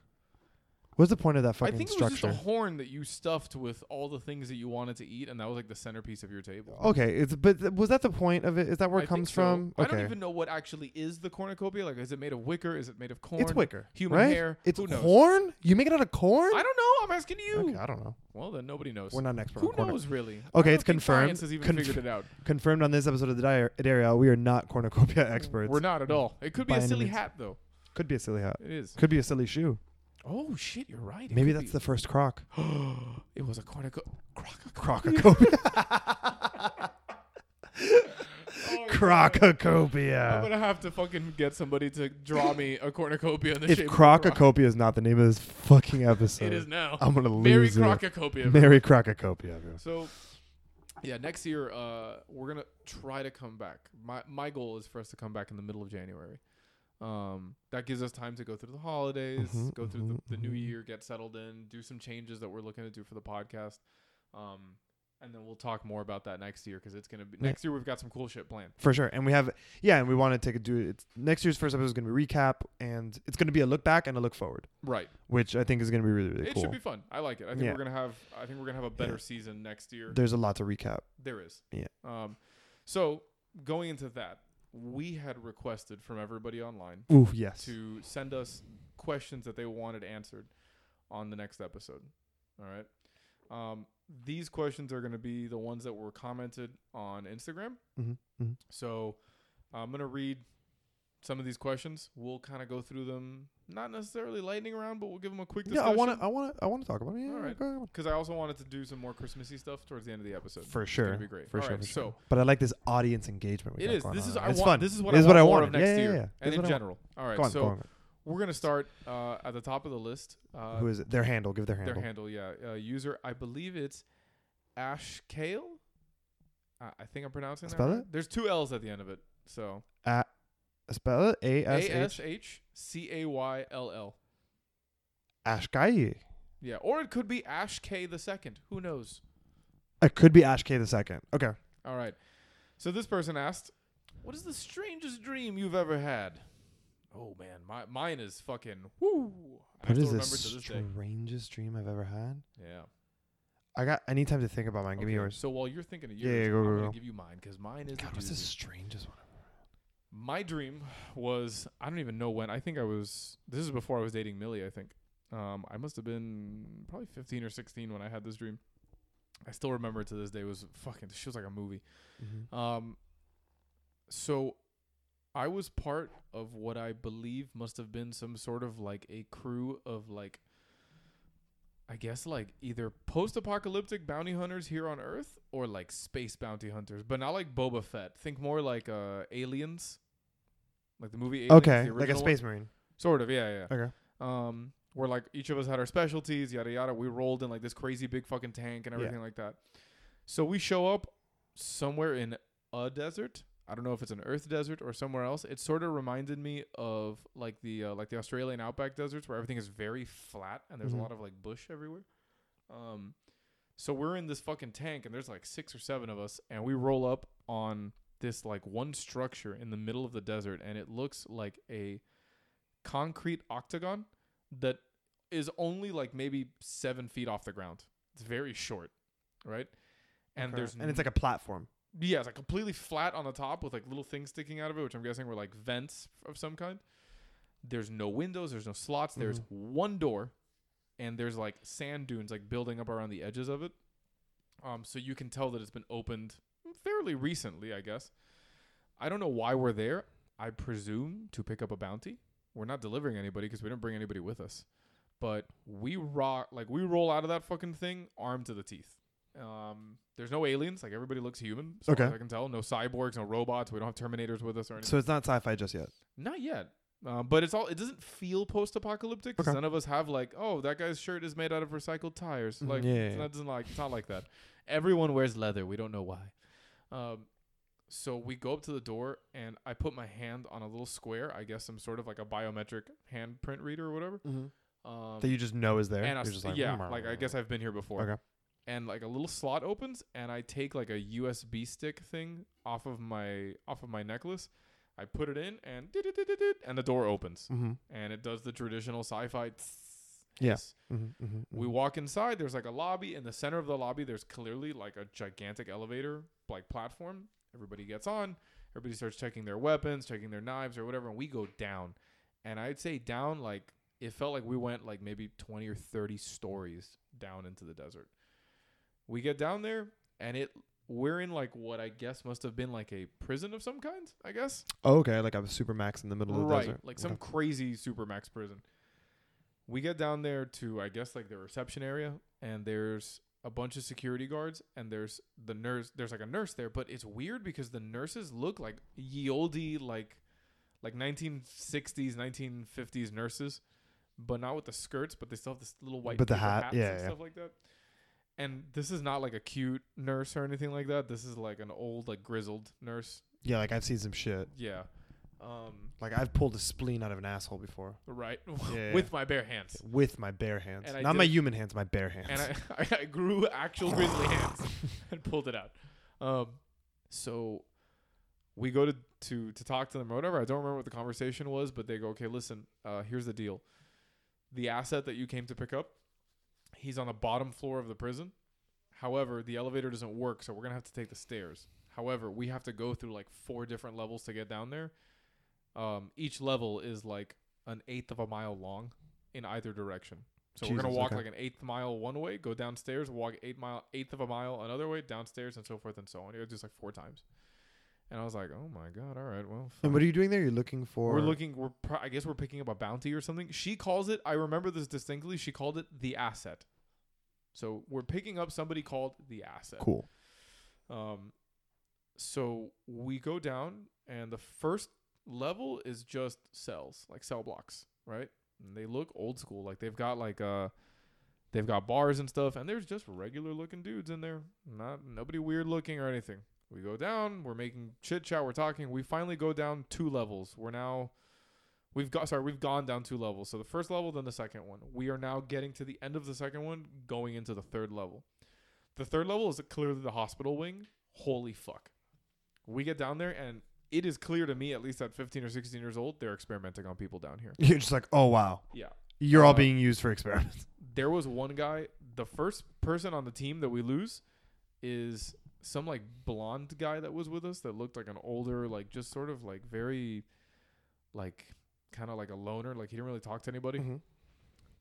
what's the point of that
I
fucking
think it was just
structure
a horn that you stuffed with all the things that you wanted to eat, and that was like the centerpiece of your table.
okay it's but th- was that the point of it is that where
I
it
think
comes
so.
from
I
okay
don't even know what actually is the cornucopia. Like, is it made of wicker? Is it made of corn?
it's wicker
Human
right?
hair.
it's
Who knows?
corn you make it out of corn
I don't know. I'm asking you.
okay i don't know
Well, then nobody knows.
we're not an expert
Who
on corn
knows really? I
Okay,
don't
it's
think
confirmed.
Science has even
Conf-
figured it out.
confirmed on this episode of the diary area we are not cornucopia experts
We're not at all. It could be
By
a
any
silly
means.
hat though.
could be a silly hat
It is.
could be a silly shoe
Oh shit, you're right.
maybe that's the first croc
the. it was a cornucopia.
crococopia
[LAUGHS] I'm
crococopia
gonna have to fucking get somebody to draw me a cornucopia in the
if
shape. of a croc.
crococopia is not the name of this fucking episode
It is now.
I'm gonna
Merry
lose it.
crococopia.
Merry Crococopia. everyone.
So, yeah, next year uh, we're gonna try to come back. My my goal is for us to come back in the middle of January. Um, that gives us time to go through the holidays,
Mhm,
go through
mhm,
the, the new
mhm.
year, get settled in, do some changes that we're looking to do for the podcast. Um, and then we'll talk more about that next year because it's gonna be
Yeah.
next year. We've got some cool shit planned.
For sure. And we have, yeah, and we want to take a do It's, next year's first episode is going to be recap, and it's going to be a look back and a look forward,
Right.
which I think is going to be really, really
it
cool.
should be fun. I like it. I think
Yeah.
we're gonna have. I think we're gonna have a better
Yeah.
season next year.
There's a lot to recap.
There is.
Yeah.
Um, so going into that, we had requested from everybody online
Ooh, yes.
to send us questions that they wanted answered on the next episode. All right. Um, these questions are going to be the ones that were commented on Instagram.
Mhm, mhm.
So I'm going to read some of these questions. We'll kind of go through them, not necessarily lightning round, but we'll give them a quick
Yeah,
discussion.
I want to. I want to. I want to talk about it. Yeah,
All right.
go on.
Because I also wanted to do some more Christmassy stuff towards the end of the episode.
For
It's
sure.
gonna be great.
For
All
sure.
right,
for sure.
so-
but I like this audience engagement. We
It
got
is.
Going
This is
on.
I
it's
want.
fun.
This is what
This
I
is what
want
I
more of
wanted.
next
Yeah, yeah,
year
yeah, yeah.
and
This
in
is what I want.
general. All right,
Go on,
so
go on.
we're gonna start uh, at the top of the list. Uh,
Who is it? Their handle. Give their handle.
their handle? Yeah, uh, user. I believe it's Ash Kale. I I think I'm pronouncing that.
Spell
right.
it?
There's two L's at the end of it. So
Spell it. A
A
S H
S H C A Y L L.
Ashkayi.
Yeah, or it could be Ash K the second. Who knows?
It could be Ash K the second. Okay.
All right. So this person asked, "What is the strangest dream you've ever had?" Oh man, my mine is fucking woo. I still
What is the
remember it to this day.
strangest dream I've ever had?
Yeah.
I got. I need time to think about mine. Give me
Okay,
yours.
So while you're thinking of
Yeah,
yours,
yeah, go,
I'm
go,
gonna
go.
give you mine because mine is. a
God, what's the
doozy.
strangest one?
My dream was I don't even know when. I think I was. This is before I was dating Millie. I think. Um, I must have been probably 15 or 16 when I had this dream. I still remember it to this day. It was fucking. She was like a movie.
Mm-hmm.
Um, so I was part of what I believe must have been some sort of like a crew of like, I guess like either post apocalyptic bounty hunters here on Earth or like space bounty hunters, but not like Boba Fett. Think more like uh, aliens, like the movie Aliens.
Okay,
the
like a
original one.
space marine.
Sort of, yeah, yeah.
Okay.
Um, where like each of us had our specialties, yada yada. We rolled in like this crazy big fucking tank and
Yeah.
everything like that. So we show up somewhere in a desert. I don't know if it's an Earth desert or somewhere else. It sort of reminded me of like the uh, like the Australian outback deserts where everything is very flat and there's
Mhm.
a lot of like bush everywhere. Um, so we're in this fucking tank and there's like six or seven of us and we roll up on this like one structure in the middle of the desert and it looks like a concrete octagon that is only like maybe seven feet off the ground. It's very short, right? And
Okay.
there's
and it's like a platform.
yeah, it's like completely flat on the top with like little things sticking out of it, which I'm guessing were like vents of some kind. There's no windows, there's no slots, there's
Mhm.
one door, and there's like sand dunes like building up around the edges of it. Um, so you can tell that it's been opened fairly recently, I guess. I don't know why we're there. I presume to pick up a bounty. We're not delivering anybody because we didn't bring anybody with us. But we rock like we roll out of that fucking thing armed to the teeth. Um, there's no aliens. Like everybody looks human. So
Okay.
I can tell. No cyborgs, no robots. We don't have Terminators with us or anything.
So it's not sci-fi just yet.
Not yet. Um, but it's all. It doesn't feel post-apocalyptic 'cause
Okay.
none of us have like, oh, that guy's shirt is made out of recycled tires.
Mhm.
Like,
Yeah, yeah,
it's
yeah.
not- doesn't like. It's not like that. Everyone wears leather. We don't know why. Um, so we go up to the door, and I put my hand on a little square. I guess some sort of like a biometric handprint reader or whatever.
Mm-hmm.
Um,
That you just know is there.
and I
You're
s-
just
yeah,
"Mm,
like I guess I've been here before
Okay.
and like a little slot opens and I take like a USB stick thing off of my off of my necklace. I put it in and did-did-did-did-did, and the door opens
Mm-hmm.
and it does the traditional sci-fi. tss
Yeah.
hiss.
Mm-hmm. Mm-hmm.
We walk inside. There's like a lobby. In the center of the lobby, there's clearly like a gigantic elevator like platform. Everybody gets on. Everybody starts checking their weapons, checking their knives or whatever, and we go down. And I'd say down like it felt like we went like maybe 20 or 30 stories down into the desert. We get down there and it we're in like what I guess must have been like a prison of some kind, I guess
oh, okay, like I'm super max in the middle of the
right,
desert.
like some crazy supermax prison. We get down there to I guess like the reception area, and there's a bunch of security guards, and there's the nurse. There's like a nurse there, but it's weird because the nurses look like ye olde like like 1960s, 1950s nurses, but not with the skirts, but they still have this little white
But the
paper
hat,
hats
yeah,
and
yeah.
stuff like that. And this is not like a cute nurse or anything like that. This is like an old, like grizzled nurse.
yeah, like I've seen some shit.
Yeah. Um,
Like I've pulled a spleen out of an asshole before
right [LAUGHS]
Yeah.
with my bare hands
with my bare hands,
And I
not
did
my
it-
human hands, my bare hands.
and I, [LAUGHS] I, grew actual grizzly hands [LAUGHS] and pulled it out um so we go to to to talk to them or whatever i don't remember what the conversation was but they go okay listen uh here's the deal the asset that you came to pick up he's on the bottom floor of the prison however the elevator doesn't work so we're gonna have to take the stairs however we have to go through like four different levels to get down there um each level is like an eighth of a mile long in either direction. So we're gonna
Jesus,
walk
okay.
like an eighth mile one way, go downstairs, walk eight mile eighth of a mile another way, downstairs, and so forth and so on. It was just like four times, and I was like, "Oh my god! All right, well."
[LAUGHS] And
fuck.
what are you doing there? You're looking for.
We're looking. We're pro- I guess we're picking up a bounty or something. She calls it. I remember this distinctly. She called it the asset. So we're picking up somebody called the asset.
Cool. [LAUGHS]
Um, so we go down, and the first level is just cells, like cell blocks, right? And they look old school, like they've got like uh, they've got bars and stuff, and there's just regular looking dudes in there, not nobody weird looking or anything. We go down, we're making chit chat, we're talking. We finally go down two levels. We're now, we've got sorry, we've gone down two levels. So the first level, then the second one. We are now getting to the end of the second one, going into the third level. The third level is clearly the hospital wing. Holy fuck. We get down there and it is clear to me, at least at 15 or 16 years old, they're experimenting on people down here.
You're just like, oh wow,
Yeah.
you're all
Uh,
being used for
[LAUGHS]
experiments.
There was one guy, the first person on the team that we lose is some like blonde guy that was with us that looked like an older, like just sort of like very, like kind of like a loner. Like he didn't really talk to anybody.
Mhm.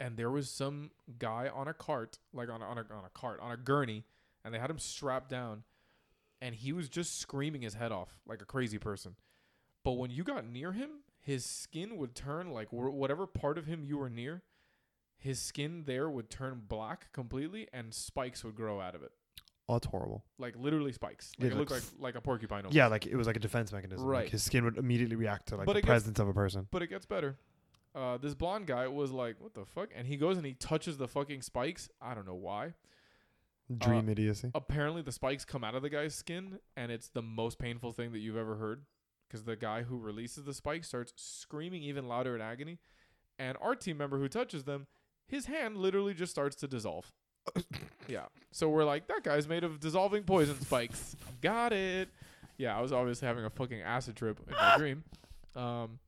and there was some guy on a cart, like on a, on a on a cart, on a gurney, and they had him strapped down, and he was just screaming his head off like a crazy person. But when you got near him, his skin would turn like wh- whatever part of him you were near, his skin there would turn black completely, and spikes would grow out of it,
Oh, it's horrible.
like literally spikes.
Yeah,
Like it
like
looked like
f-
like a porcupine. almost.
Yeah, like it was like a defense mechanism. Like
Right.
his skin would immediately react to like
But
the
it gets-
presence of a person.
But it gets better. Uh, this blonde guy was like, "What the fuck?" And he goes and he touches the fucking spikes. I don't know why. Uh,
Dream idiocy.
apparently the spikes come out of the guy's skin and it's the most painful thing that you've ever heard because the guy who releases the spike starts screaming even louder in agony and our team member who touches them his hand literally just starts to dissolve yeah so we're like that guy's made of dissolving poison spikes [LAUGHS] got it yeah i was obviously having a fucking acid trip in
[LAUGHS]
my dream um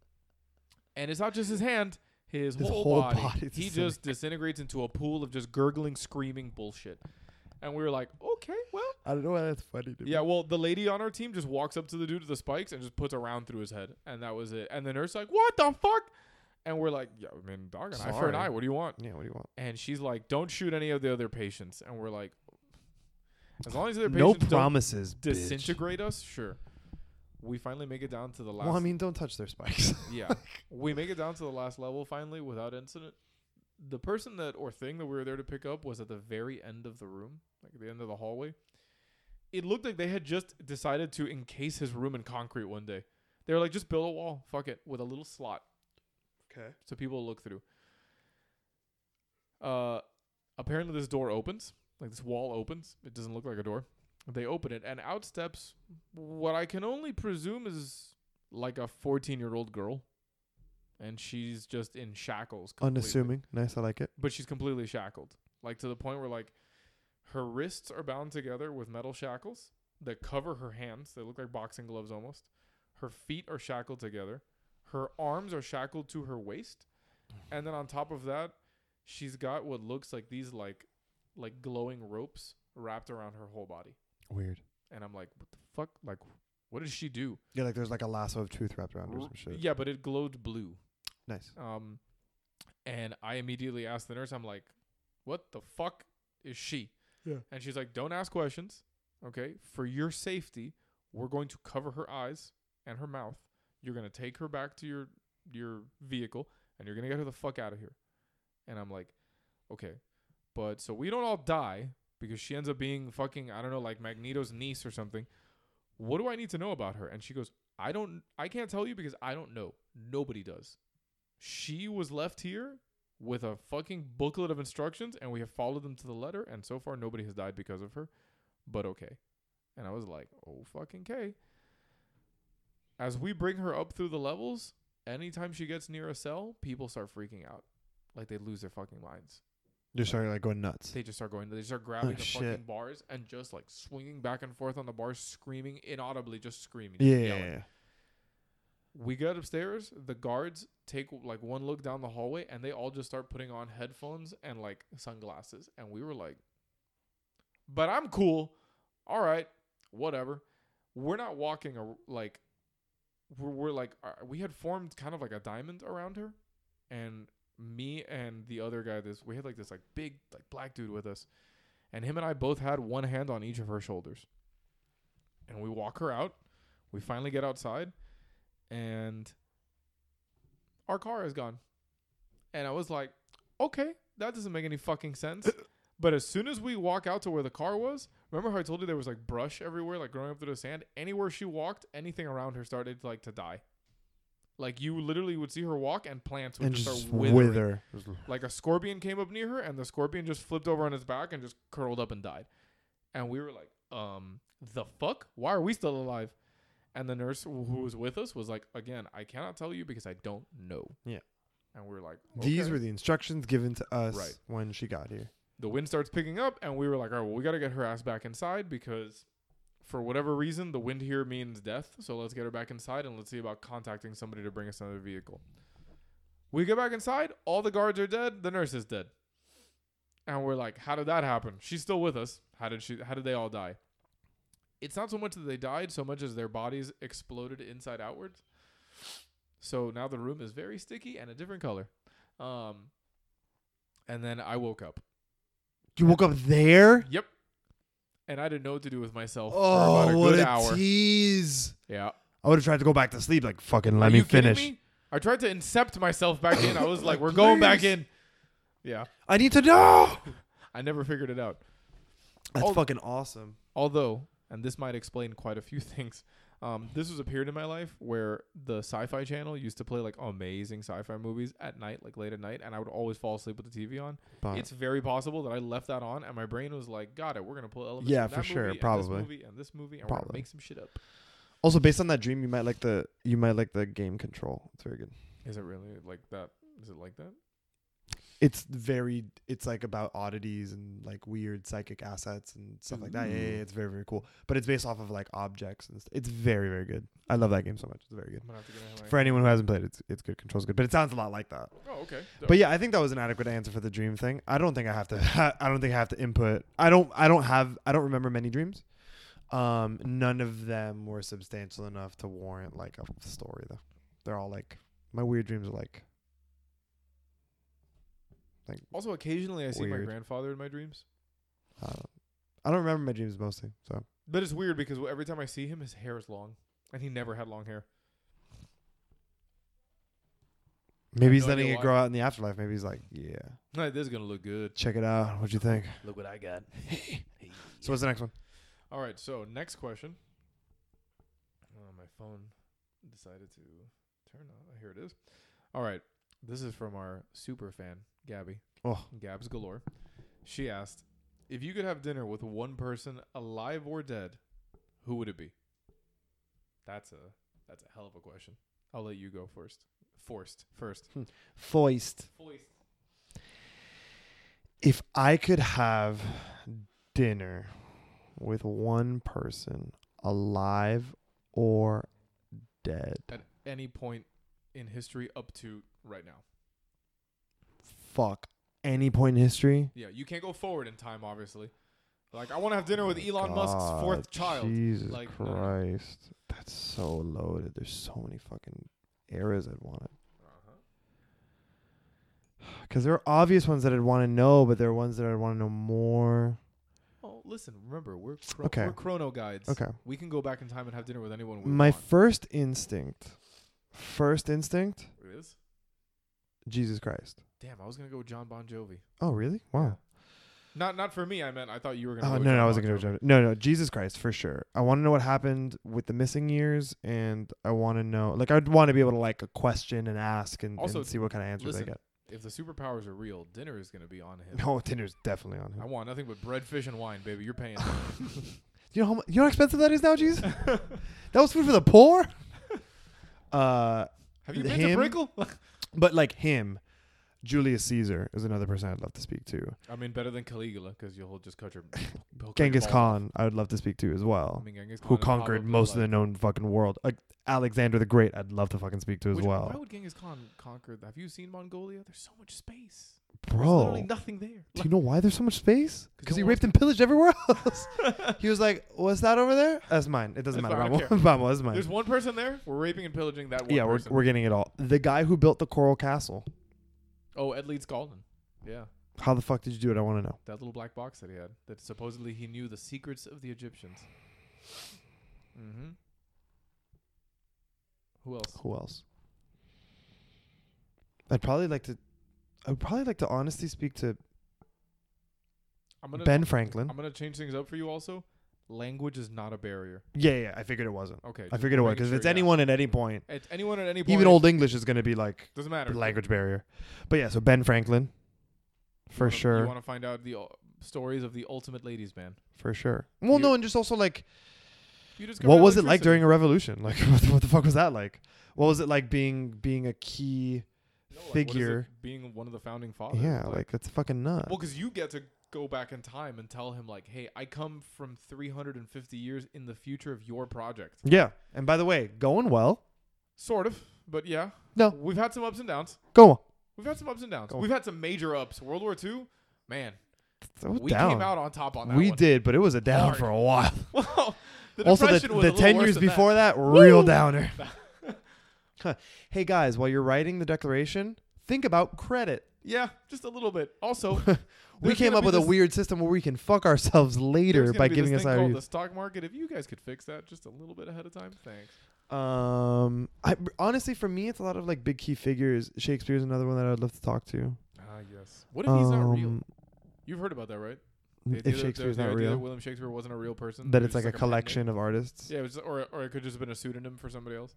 and it's not just his hand his,
His
whole,
whole
body,
body
he just disintegrates into a pool of just gurgling screaming bullshit and we were like, okay, well.
I don't know why that's funny. To
Yeah, well, the lady on our team just walks up to the dude with the spikes and just puts a round through his head. And that was it. And the nurse like, what the fuck? And we're like, yeah, I mean, dog, an eye for
Sorry.
an eye. What do you want?
Yeah. What do you want?
And she's like, don't shoot any of the other patients. And we're like, as long as the other
No
patients don't
promises. bitch.
disintegrate us, sure. We finally make it down to the last.
Well, I mean, don't touch their spikes.
yeah. We make it down to the last level finally without incident. The person that or thing that we were there to pick up was at the very end of the room, like at the end of the hallway. It looked like they had just decided to encase his room in concrete one day. They were like, just build a wall, fuck it, with a little slot
okay. [LAUGHS]
so people look through. Uh, apparently this door opens, like this wall opens. It doesn't look like a door. They open it, and out steps what I can only presume is like a fourteen-year-old girl, and she's just in shackles. completely.
Unassuming. Nice. I like it.
but she's completely shackled, like to the point where like her wrists are bound together with metal shackles that cover her hands. They look like boxing gloves almost. Her feet are shackled together. Her arms are shackled to her waist. And then on top of that, she's got what looks like these like like glowing ropes wrapped around her whole body.
Weird.
And I'm like, what the fuck? Like what did she do?
Yeah, like there's like a lasso of truth wrapped around or
R-
some shit.
Yeah, but it glowed blue.
Nice.
Um, and I immediately asked the nurse, I'm like, what the fuck is she?
Yeah.
And she's like, don't ask questions. Okay. For your safety, we're going to cover her eyes and her mouth. You're going to take her back to your, your vehicle and you're going to get her the fuck out of here. And I'm like, okay. But so we don't all die because she ends up being fucking, I don't know, like Magneto's niece or something. What do I need to know about her? And she goes, I don't, I can't tell you because I don't know. Nobody does. She was left here with a fucking booklet of instructions and we have followed them to the letter and so far nobody has died because of her but okay and i was like oh fucking k as we bring her up through the levels anytime she gets near a cell people start freaking out like they lose their fucking minds
You're starting like going nuts.
they just start going they start grabbing the fucking
Oh, shit.
bars and just like swinging back and forth on the bars screaming inaudibly just screaming just
Yeah. yeah,
yelling.
yeah.
We get upstairs. The guards take like one look down the hallway, and they all just start putting on headphones and like sunglasses. And we were like, "But I'm cool. All right, whatever. We're not walking a, like we're, we're like uh, we had formed kind of like a diamond around her, and me and the other guy this we had like this like big like black dude with us and him and i both had one hand on each of her shoulders and we walk her out we finally get outside and our car is gone and i was like okay that doesn't make any fucking
[COUGHS]
sense but as soon as we walk out to where the car was remember how i told you there was like brush everywhere like growing up through the sand anywhere she walked anything around her started like to die like you literally would see her walk and plants would
and
just,
just
start withering.
wither.
Like a scorpion came up near her, and the scorpion just flipped over on its back and just curled up and died. And we were like, um, the fuck? Why are we still alive? And the nurse who who was with us was like, again, I cannot tell you because I don't know.
Yeah.
And we were like,
These
okay.
were the instructions given to us
Right.
when she got here.
the wind starts picking up, and we were like, all right, well, we got to get her ass back inside because for whatever reason, the wind here means death. So let's get her back inside and let's see about contacting somebody to bring us another vehicle. We get back inside, all the guards are dead, the nurse is dead. And we're like, how did that happen? She's still with us. How did she how did they all die? It's not so much that they died so much as their bodies exploded inside outwards. So now the room is very sticky and a different color. Um and then I woke up.
You woke up there?
Yep. And I didn't know what to do with myself for about
Oh,
a
what
good
a
hour.
tease.
yeah.
I would have tried to go back to sleep. Like, fucking let
Are
me
you kidding
finish.
me? I tried to incept myself back in.
[LAUGHS]
I was like, we're going back
Please.
in. Yeah.
I need to know.
I never figured it out.
That's
Oh.
fucking awesome.
Although, and this might explain quite a few [LAUGHS] things. Um, this was a period in my life where the sci-fi channel used to play like amazing sci-fi movies at night, like late at night, and I would always fall asleep with the TV on.
But
It's very possible that I left that on, and my brain was like, "Got it, we're gonna pull elements."
Yeah,
from that
for sure,
movie and this
probably.
movie and this movie, and we're gonna
Probably.
make some shit up.
also based on that dream, you might like the you might like the game control. It's very good.
Is it really like that? Is it like that?
It's very it's like about oddities and like weird psychic assets and stuff like that. Yeah, yeah,
Ooh.
yeah, it's very very cool. But it's based off of like objects and st- it's very very good. I love that game so much. It's very good.
I'm gonna have to get into my-
For anyone who hasn't played it, it's it's good. Control's good, but it sounds a lot like that.
Oh, okay.
But yeah, I think that was an adequate answer for the dream thing. I don't think I have to. [LAUGHS] I don't think I have to input. I don't. I don't have. I don't remember many dreams. Um, none of them were substantial enough to warrant like a story though. They're all like my weird dreams are like
also, occasionally I see my
Weird.
grandfather in my dreams,
I don't, I don't remember my dreams mostly. So
but it's weird because every time I see him, his hair is long, and he never had long hair.
maybe he's
no idea
letting it
why.
grow out in the afterlife. Maybe he's like, yeah,
Like, this is gonna look good.
check it out. What you think?
Look what I got.
[LAUGHS] So what's
[LAUGHS]
the next one?
All right. So next question. Oh, my phone decided to turn on. Here it is. All right. This is from our super fan, Gabby.
Oh.
Gabs galore. She asked, "If you could have dinner with one person, alive or dead, who would it be?" That's a that's a hell of a question. I'll let you go first. Forced first.
Foist.
Foist.
If I could have dinner with one person, alive or dead,
At any point in history up to right now.
fuck any point in history.
Yeah, you can't go forward in time, obviously. Like, I want to have dinner with
Oh My
Elon Musk's fourth
God,
child.
Jesus
Like, no, no, no.
Christ, that's so loaded. There's so many fucking eras I'd want it
Uh-huh.
because there are obvious ones that I'd want to know, but there are ones that I'd want to know more.
Oh, listen, remember, we're, chro-
Okay.
we're chrono guides.
Okay.
We can go back in time and have dinner with anyone we
My
want.
first instinct, first instinct,
it is?
Jesus Christ.
Damn, I was going to go with John Bon Jovi.
Oh, really? Wow.
Not not for me, I meant I thought you were going to
Oh
go with
no,
John
no, I
Bon
wasn't gonna jump. No, no, Jesus Christ for sure. I want to know what happened with the missing years, and I want to know, like, I'd want to be able to like question and ask and,
Also,
and see what kind of answers
listen.
I get. [LAUGHS]
If the superpowers are real, dinner is going to be on him.
No, Tinder's definitely on
I
him.
want nothing but bread, fish, and wine, baby. You're paying.
You know how mu- you know how expensive that is
[LAUGHS]
now, Jesus. that was food for the poor. [LAUGHS] Uh,
have you
The
been
him?
to Brickle? [LAUGHS]
but like him, Julius Caesar is another person I'd love to speak to.
I mean, better than Caligula because you'll just cut
[LAUGHS]
your. he'll cut your
Genghis
balls off.
Khan, I would love to speak to as well.
I mean, Genghis Khan
who
is
conquered
probably,
most of
like-
the known fucking world? Like Alexander the Great, I'd love to fucking speak to as
Which-
well.
Why would Genghis Khan conquer? Have you seen Mongolia? There's so much space. There's
Bro,
literally nothing there. [LAUGHS]
Do you know why there's so much space?
'Cause no
Because he
one-
raped and pillaged everywhere
[LAUGHS]
else. [LAUGHS] he was like, "What's that over there? That's mine. It doesn't
That's
matter.
fine, I
Vamos, [LAUGHS]
don't
vamos, that's mine."
There's one person there. We're raping and pillaging that one
yeah, we're,
person.
we're getting it all. The guy who built the coral castle
Oh, Ed Leeds Golden. Yeah,
How the fuck did you do it? I want to know.
that little black box that he had. That supposedly he knew the secrets of the Egyptians. Mm-hmm. Who else?
Who else? I'd probably like to. I would probably like to honestly speak to
I'm gonna
Ben Franklin.
I'm gonna change things up for you. Also, language is not a barrier.
yeah, yeah. I figured it wasn't.
Okay,
I
just
figured it was
making
because
sure,
if it's
yeah.
anyone at any point,
At anyone at any point,
even Old English is going to be like
doesn't
a
matter.
language barrier. But yeah, so Ben Franklin, for
Wanna-
sure,
You want to find out the uh, stories of the ultimate ladies' man.
for sure. Well,
you-
no, and just also like
You just
what was it like during a revolution? Like, [LAUGHS] what the, what the fuck was that like? What was it like being being a key? figure?
being one of the founding fathers?
yeah, like, that's fucking nuts.
well, because you get to go back in time and tell him like, hey, I come from 350 years in the future of your project.
yeah, and by the way, going well.
Sort of, but yeah.
No.
we've had some ups and downs.
Go on.
We've had some ups and downs.
Go on.
We've had some major ups. World War II, man,
So
we
down.
came out on top on that
we
one.
did, but it was a down
Hard.
for a while.
[LAUGHS] Well, the
[LAUGHS] also, the,
depression was
the
a little
10
worse
years
than that.
before that, real
Woo! [LAUGHS]
downer. Huh. hey, guys, while you're writing the declaration, think about credit.
Yeah, just a little bit. Also,
[LAUGHS] We
There's
came
gonna
up
be
with
this-
a weird system where we can fuck ourselves later
there's gonna
by
be
giving
this
us
thing
our.
called
use.
the stock market. If you guys could fix that just a little bit ahead of time, thanks.
Um, I honestly, for me, it's a lot of like big key figures. Shakespeare's another one that I'd love to talk to.
Ah, yes. What if he's not real?
Um,
You've heard about that, right? The idea
If
that-
Shakespeare's
the, the
not
idea That
real,
William Shakespeare wasn't a real person.
that
he was
it's like
just
a
pen name.
collection of artists.
Yeah, it was just, or or it could just have been a pseudonym for somebody else.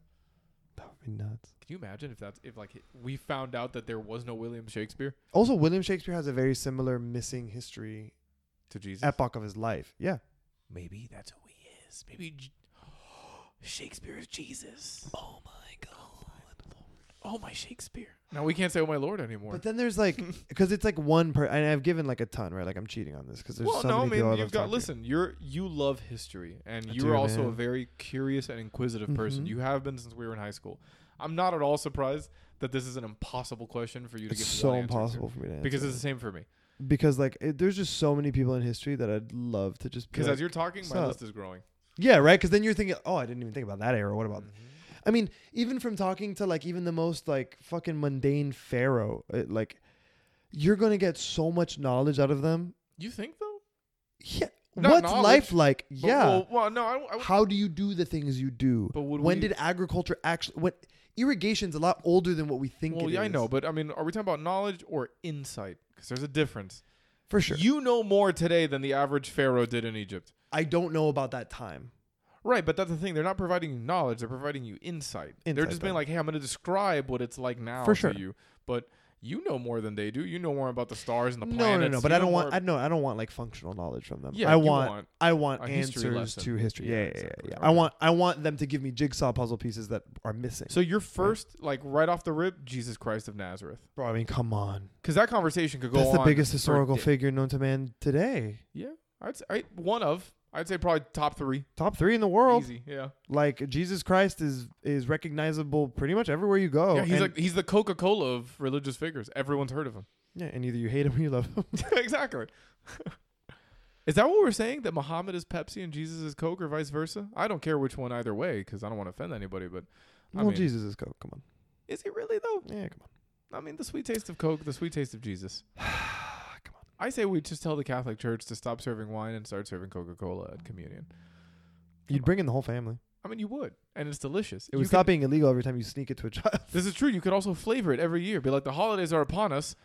That would be nuts.
Can you imagine if that's if like hi- we found out that there was no William Shakespeare
Also, William Shakespeare has a very similar missing history
to Jesus?
epoch of his life. Yeah.
Maybe that's who he is. Maybe J- [GASPS] Shakespeare is Jesus. Oh my God. Oh my Shakespeare. Now we can't say oh my Lord anymore.
But then
[LAUGHS]
there's like, because it's like one per, and I've given like a ton, right? Like I'm cheating on this because there's
well,
so
no,
many people.
man,
I'd
you've
love to
got
talk to.
listen. You're you love history, and
I
you're
do,
also a
man.
very curious and inquisitive person.
Mhm.
You have been since we were in high school. I'm not at all surprised that this is an impossible question for you to
It's
give.
so
one answer to,
impossible for me to answer
because it's the
that.
same for me.
because like it, there's just so many people in history that I'd love to just be
Because
like,
as you're talking, my
sup?
list is growing. Mm-hmm.
yeah, right? Because then you're thinking, oh, I didn't even think about that era. What about? I mean, even from talking to like even the most like fucking mundane pharaoh, it, like you're gonna get so much knowledge out of them.
You think though?
Yeah,
Not
what's
knowledge,
life like?
But-
yeah,
Well, well, no. I, w- I w-
how do you do the things you do?
But would
when
we-
did agriculture actually? When irrigation's a lot older than what we think.
well,
it
yeah, I
is.
know. But I mean, are we talking about knowledge or insight? Because there's a difference.
for sure.
You know more today than the average pharaoh did in Egypt.
I don't know about that time.
Right, but that's the thing. They're not providing you knowledge. They're providing you insight. they're
Insight,
just being
though.
like, "Hey, I'm going to describe what it's like now
For
to
sure.
you." But you know more than they do. You know more about the stars and the planets.
No, no, no. But
You
I don't
know
want.
more-
I no. I don't want like functional knowledge from them.
Yeah,
I
you
want,
want
I want
a history
answers
lesson.
to history.
Yeah,
Yeah, yeah, yeah.
exactly.
yeah.
Okay.
I want. I want them to give me jigsaw puzzle pieces that are missing.
so your first, like right off the rip, Jesus Christ of Nazareth,
Bro, I mean, come on.
because that conversation could go
That's
on.
the biggest
for
historical
di-
figure known to man today.
Yeah, I'd say I, one of. I'd say probably top three.
Top three in the world.
Easy, yeah.
Like Jesus Christ is is recognizable pretty much everywhere you go.
yeah, he's
Oh, and,
like he's the Coca Cola of religious figures. Everyone's heard of him.
yeah, and either you hate him or you love him.
exactly. is that what we're saying? That Muhammad is Pepsi and Jesus is Coke, or vice versa? I don't care which one either way, because I don't want to offend anybody. But [LAUGHS] I
well,
mean-
Jesus is Coke. Come on.
is it really though?
Yeah, come on.
I mean, the sweet taste of Coke, the sweet taste of Jesus.
[SIGHS] come on.
I say we just tell the Catholic Church to stop serving wine and start serving Coca Cola at communion.
You'd bring in the whole family.
I mean, you would, and it's delicious.
It
You
would
could-
stop being illegal every time you sneak it to
[LAUGHS]
a child.
This is true. You could also flavor it every year. Be like, the holidays are upon us.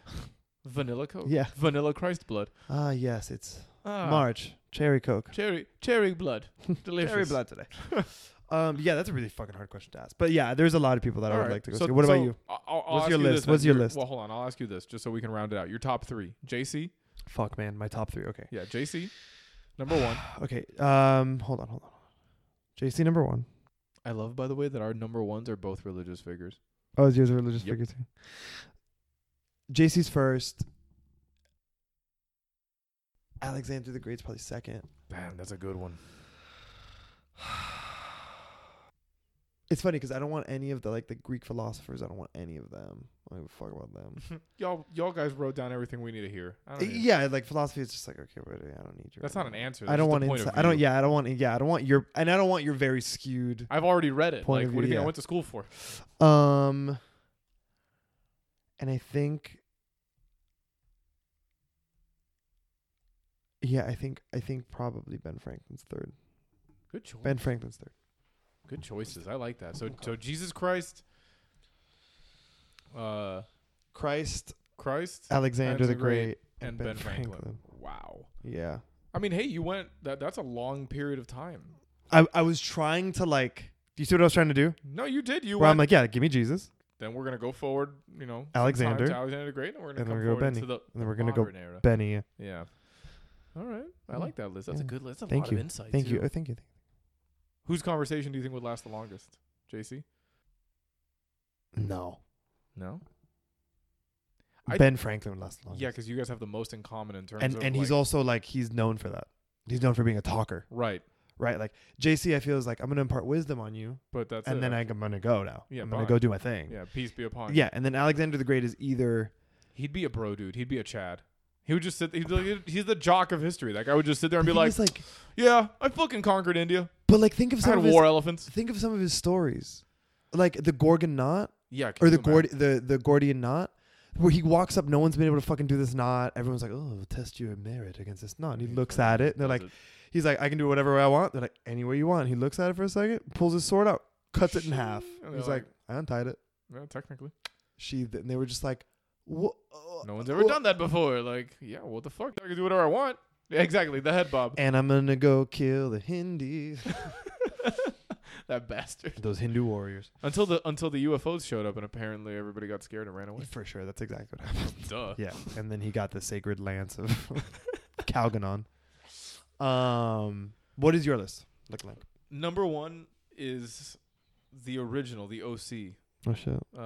Vanilla Coke.
Yeah.
Vanilla Christ blood.
Ah, yes, it's
Ah,
March. Cherry Coke.
Cherry, cherry blood. Delicious.
[LAUGHS] Cherry
[LAUGHS]
blood today. [LAUGHS] um, yeah, that's a really fucking hard question to ask. But yeah, there's a lot of people that I
All
would
right.
like to go
So-
see. What
so
about you?
I'll, I'll
What's
ask
your
you this
list?
then.
What's your
Your-
list?
Well, hold on. I'll ask you this just so we can round it out. Your top three: JC,
Fuck, man, my top three. Okay.
yeah, JC, number one.
[SIGHS] Okay. Um, hold on, hold on. JC number one.
I love, by the way, that our number ones are both religious figures.
Oh, is yours a religious
Yep.
figure too? JC's first. Alexander the Great's probably second.
Damn, that's a good one. [SIGHS]
It's funny because I don't want any of the like the Greek philosophers. I don't want any of them. I don't give a fuck about them.
y'all, y'all guys wrote down everything we need to hear. I don't need-
Yeah, like philosophy is just like okay, wait, I don't need your.
that's not an answer. that's
I
just
don't
a
want
point of
inside. I don't.
view.
Yeah, I don't want. Yeah, I don't want your. And I don't want your very skewed.
I've already read it.
Point
like,
of
what do you
view,
think I
yeah.
went to school for?
Um. And Um, I think Yeah, I think I think probably Ben Franklin's third.
Good choice.
Ben Franklin's third.
Good choices. I like that. So so Jesus Christ, uh,
Christ,
Christ,
Alexander the
the Great,
Great,
and Ben, Franklin. Wow.
Yeah.
I mean, hey, you went that. That's a long period of time.
I I was trying to like do you see what I was trying to do?
No, you did. You
Where
went.
I'm like, yeah, give me Jesus.
then we're gonna go forward. You know,
Alexander.
time to Alexander the Great, and we're gonna
And
come
then we're
forward
gonna go
into the
And then we're gonna go
modern era.
Benny.
Yeah. All right, I
Yeah.
like that list. That's a
Yeah.
good list. That's a
Thank
lot
you.
of insight.
Thank
too.
you. Oh, thank you.
Whose conversation do you think would last the longest, JC?
No.
No. I-
ben Franklin would last long.
Yeah, because you guys have the most in common in terms
And
of
and he's
like-
also like he's known for that. He's known for being a talker,
right,
right? Like JC, I feel is like I'm gonna impart wisdom on you,
but that's
and
it.
then I'm gonna go now.
Yeah,
I'm gonna
bye.
go do my thing.
yeah, peace be upon. you.
yeah, and then Alexander the Great is either
he'd be a bro dude. He'd be a Chad. He would just sit. He'd, like- he's the jock of history. That guy would just sit there and
But
be
he
like,
was like,
"Yeah, I fucking conquered India.
but like think of
I had
some of
war
his,
elephants.
think of some of his stories, like the Gorgon knot
Yeah, can
or
you
the
imagine?
Gord the the Gordian knot, where he walks up, no one's been able to fucking do this knot. Everyone's like, oh, test your merit against this knot. And he looks at it, and they're like,
Does
he's like, I can do whatever way I want. They're like, any way you want. He looks at it for a second, pulls his sword out, cuts it in half.
And they're
He's like, I untied it.
"Yeah, technically,
Sheathed it, and they were just like, what?
no one's ever done that before. Like, yeah, what the fuck? I can do whatever I want. Yeah, exactly. The head bob. [LAUGHS]
And I'm gonna go kill the Hindis,
that bastard. [LAUGHS]
those Hindu warriors.
Until the until the UFOs showed up and apparently everybody got scared and ran away.
For sure, that's exactly what
[LAUGHS]
happened.
Duh.
Yeah, and then he got the sacred lance of
[LAUGHS]
Calganon. Um, what is your list look like?
Number one is the original, the OC,
Oh shit!
uh,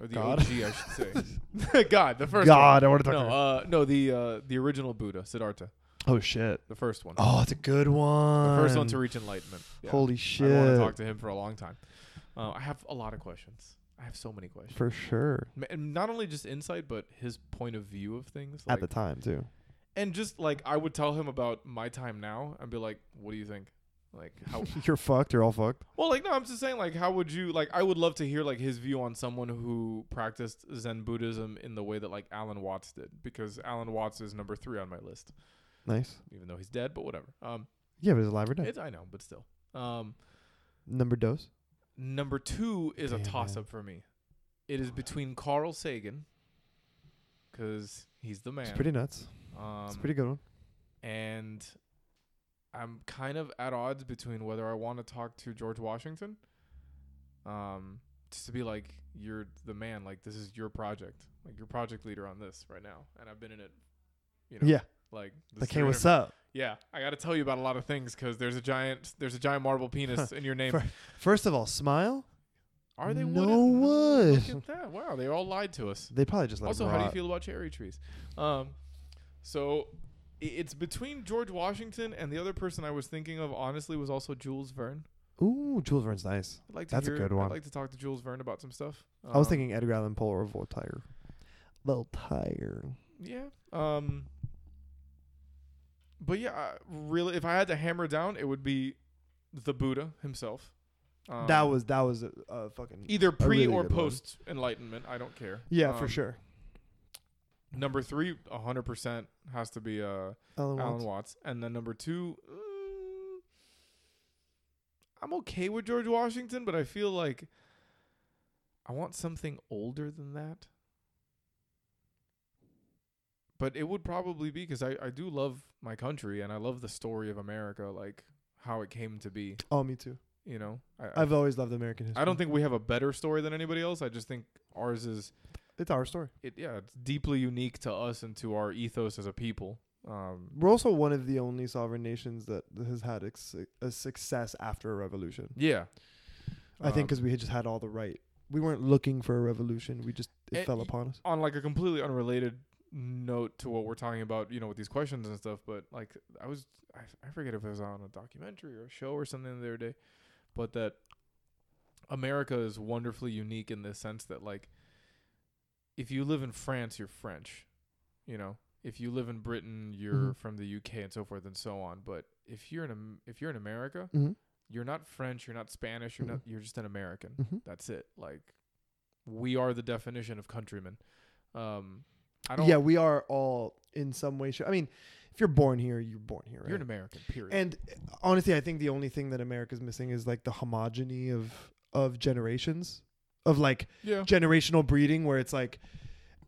or the
God.
OG, I should
[LAUGHS]
say. [LAUGHS] God, the first.
God, I
One.
want to talk.
No,
to
uh, no, the uh, the original Buddha, Siddhartha,
oh shit!
the first one,
Oh, it's a good
the
one.
first one to reach enlightenment. Yeah.
Holy
I
shit!
want to talk to him for a long time. Uh, I have a lot of questions. I have so many questions.
For sure,
Ma- and not only just insight, but his point of view of things.
at
Like,
the time too.
and just like I would tell him about my time now and be like, "What do you think? Like how
[LAUGHS] You're fucked. You're all fucked.
Well, like no, I'm just saying, like, how would you like? I would love to hear like his view on someone who practiced Zen Buddhism in the way that like Alan Watts did, because Alan Watts is number three on my list,
Nice.
even though he's dead. But whatever. Um,
Yeah, but it's alive or dead.
it's, I know, but still. Um,
Number dose.
number two is a
Damn,
toss
man.
up for me. It is between Carl Sagan, because he's the man.
It's pretty nuts.
Um,
it's a pretty good one.
and I'm kind of at odds between whether I want to talk to George Washington, um, just to be like, you're the man, like this is your project, like your project leader on this right now, and I've been in it, you know,
yeah.
like, this
Like,
is
hey,
your
what's
inter-
up?
Yeah, I got to tell you about a lot of things because there's a giant, there's a giant
[LAUGHS]
marble penis in your name.
For- First of all, smile.
Are they
no
wooden?
wood.
Look at that! Wow, they all lied to us.
They probably just let
Also,
it
how do you
rot.
feel about cherry trees? Um, so i- it's between George Washington and the other person I was thinking of. Honestly, was also Jules Verne.
Ooh, Jules Verne's nice.
I'd like to
That's a
hear-
good one.
I'd like to talk to Jules Verne about some stuff.
I was
Um,
thinking Edgar Allan Poe or Voltaire. Voltaire.
yeah. Um, but yeah, I- really, if I had to hammer down, it would be the Buddha himself. Um,
that was that was a, a fucking
either pre
really
or
good one.
post Enlightenment. I don't care.
yeah for
Um,
sure.
Number three, a hundred percent has to be uh. Alan
Alan Watts.
Watts. And then number two, mm, I'm okay with George Washington, but I feel like I want something older than that. But it would probably be because I, I do love my country and I love the story of America, like how it came to be,
Oh, me too.
you know? I, I,
I've always loved American history.
uh, I don't think we have a better story than anybody else. I just think ours is
it's our story.
it yeah, it's deeply unique to us and to our ethos as a people. Um,
We're also one of the only sovereign nations that has had a, su- a success after a revolution.
yeah.
I think
Um,
because we had just had all the right. We weren't looking for a revolution. We just it
Eh,
fell
y-
upon us.
on like a completely unrelated note to what we're talking about, you know, with these questions and stuff, but like I was I, I forget if it was on a documentary or a show or something the other day, but that America is wonderfully unique in the sense that like if you live in France, you're French, you know. If you live in Britain, you're
Mhm.
from the UK and so forth and so on, but if you're in Am- if you're in America,
Mm-hmm.
you're not French, you're not Spanish, you're
Mhm. [LAUGHS]
not you're just an American
Mm-hmm.
that's it. Like we are the definition of countrymen. Um I don't
yeah, we are all in some way. Sure. I mean, if you're born here, you're born here, right?
You're an American, period.
and eh, honestly, I think the only thing that America's missing is like the homogeny of of generations of like
yeah.
generational breeding where it's like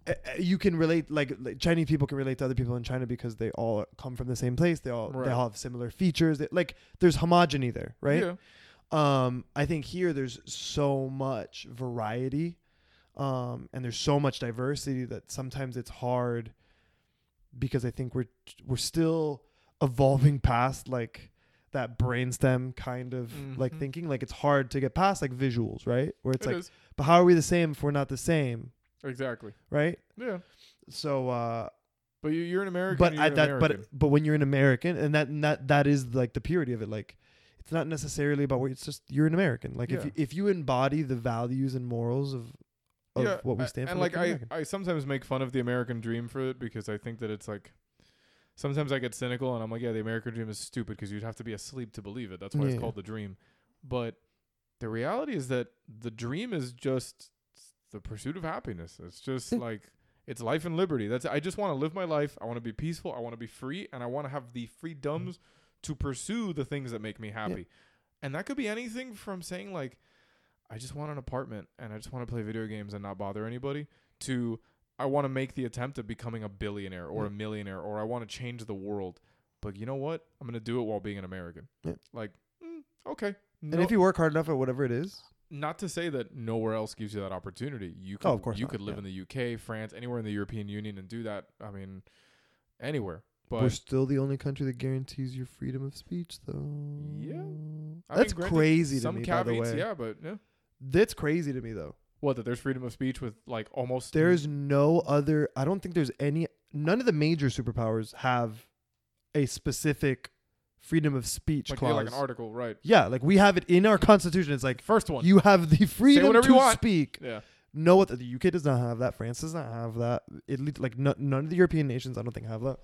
uh, uh, you can relate like, like Chinese people can relate to other people in China because they all come from the same place. They all
Right.
they all have similar features. They, like there's homogeny there, right?
Yeah.
Um, I think here there's so much variety, um, and there's so much diversity that sometimes it's hard because I think we're we're still evolving [LAUGHS] past like that brainstem kind of like
Mhm.
thinking. Like it's hard to get past like visuals, right? Where it's
It
like,
is.
but how are we the same if we're not the same,
Exactly.
right?
Yeah.
So, uh,
But you, you're an American.
but
you're
I,
an
that
American.
but but when you're an American and that and that that is like the purity of it like it's not necessarily about what it's just you're an American like if
Yeah.
you, if you embody the values and morals of of what we
a-
stand for
And
like,
like
you're
I,
American.
I sometimes make fun of the American dream for it because I think that it's like sometimes I get cynical and I'm like, yeah, the American dream is stupid because you'd have to be asleep to believe it. That's why
Yeah.
it's called the dream. But the reality is that the dream is just the pursuit of happiness. It's just
Yeah.
like it's life and liberty. That's I just want to live my life. I want to be peaceful. I want to be free, and I want to have the
Mm-hmm.
freedoms to pursue the things that make me happy. And that could be anything from saying like, I just want an apartment and I just want to play video games and not bother anybody to I want to make the attempt of becoming a billionaire or a
Mm.
millionaire or I want to change the world. But you know what? I'm gonna do it while being an American.
Yeah.
Like, mm, okay.
and if you work hard enough at whatever it is
not to say that nowhere else gives you that opportunity. You could,
Oh, of course
you
not,
could live in the UK, France, anywhere in the European Union and do that. I mean, anywhere.
we're
But
still the only country that guarantees your freedom of speech though
Yeah. I
that's
mean, granted,
crazy to
some
me by the
caveats,
way
yeah, but yeah.
that's crazy to me though
What that there's freedom of speech with like almost
there's no other I don't think there's any none of the major superpowers have a specific freedom of speech
like, yeah,
clause
like an article, right?
Yeah, like we have it in our constitution. It's like
First one.
you have the freedom
whatever
to
you want.
speak.
yeah.
No, what the UK does not have that. France does not have that. It le- like no, none of the European nations, I don't think, have that.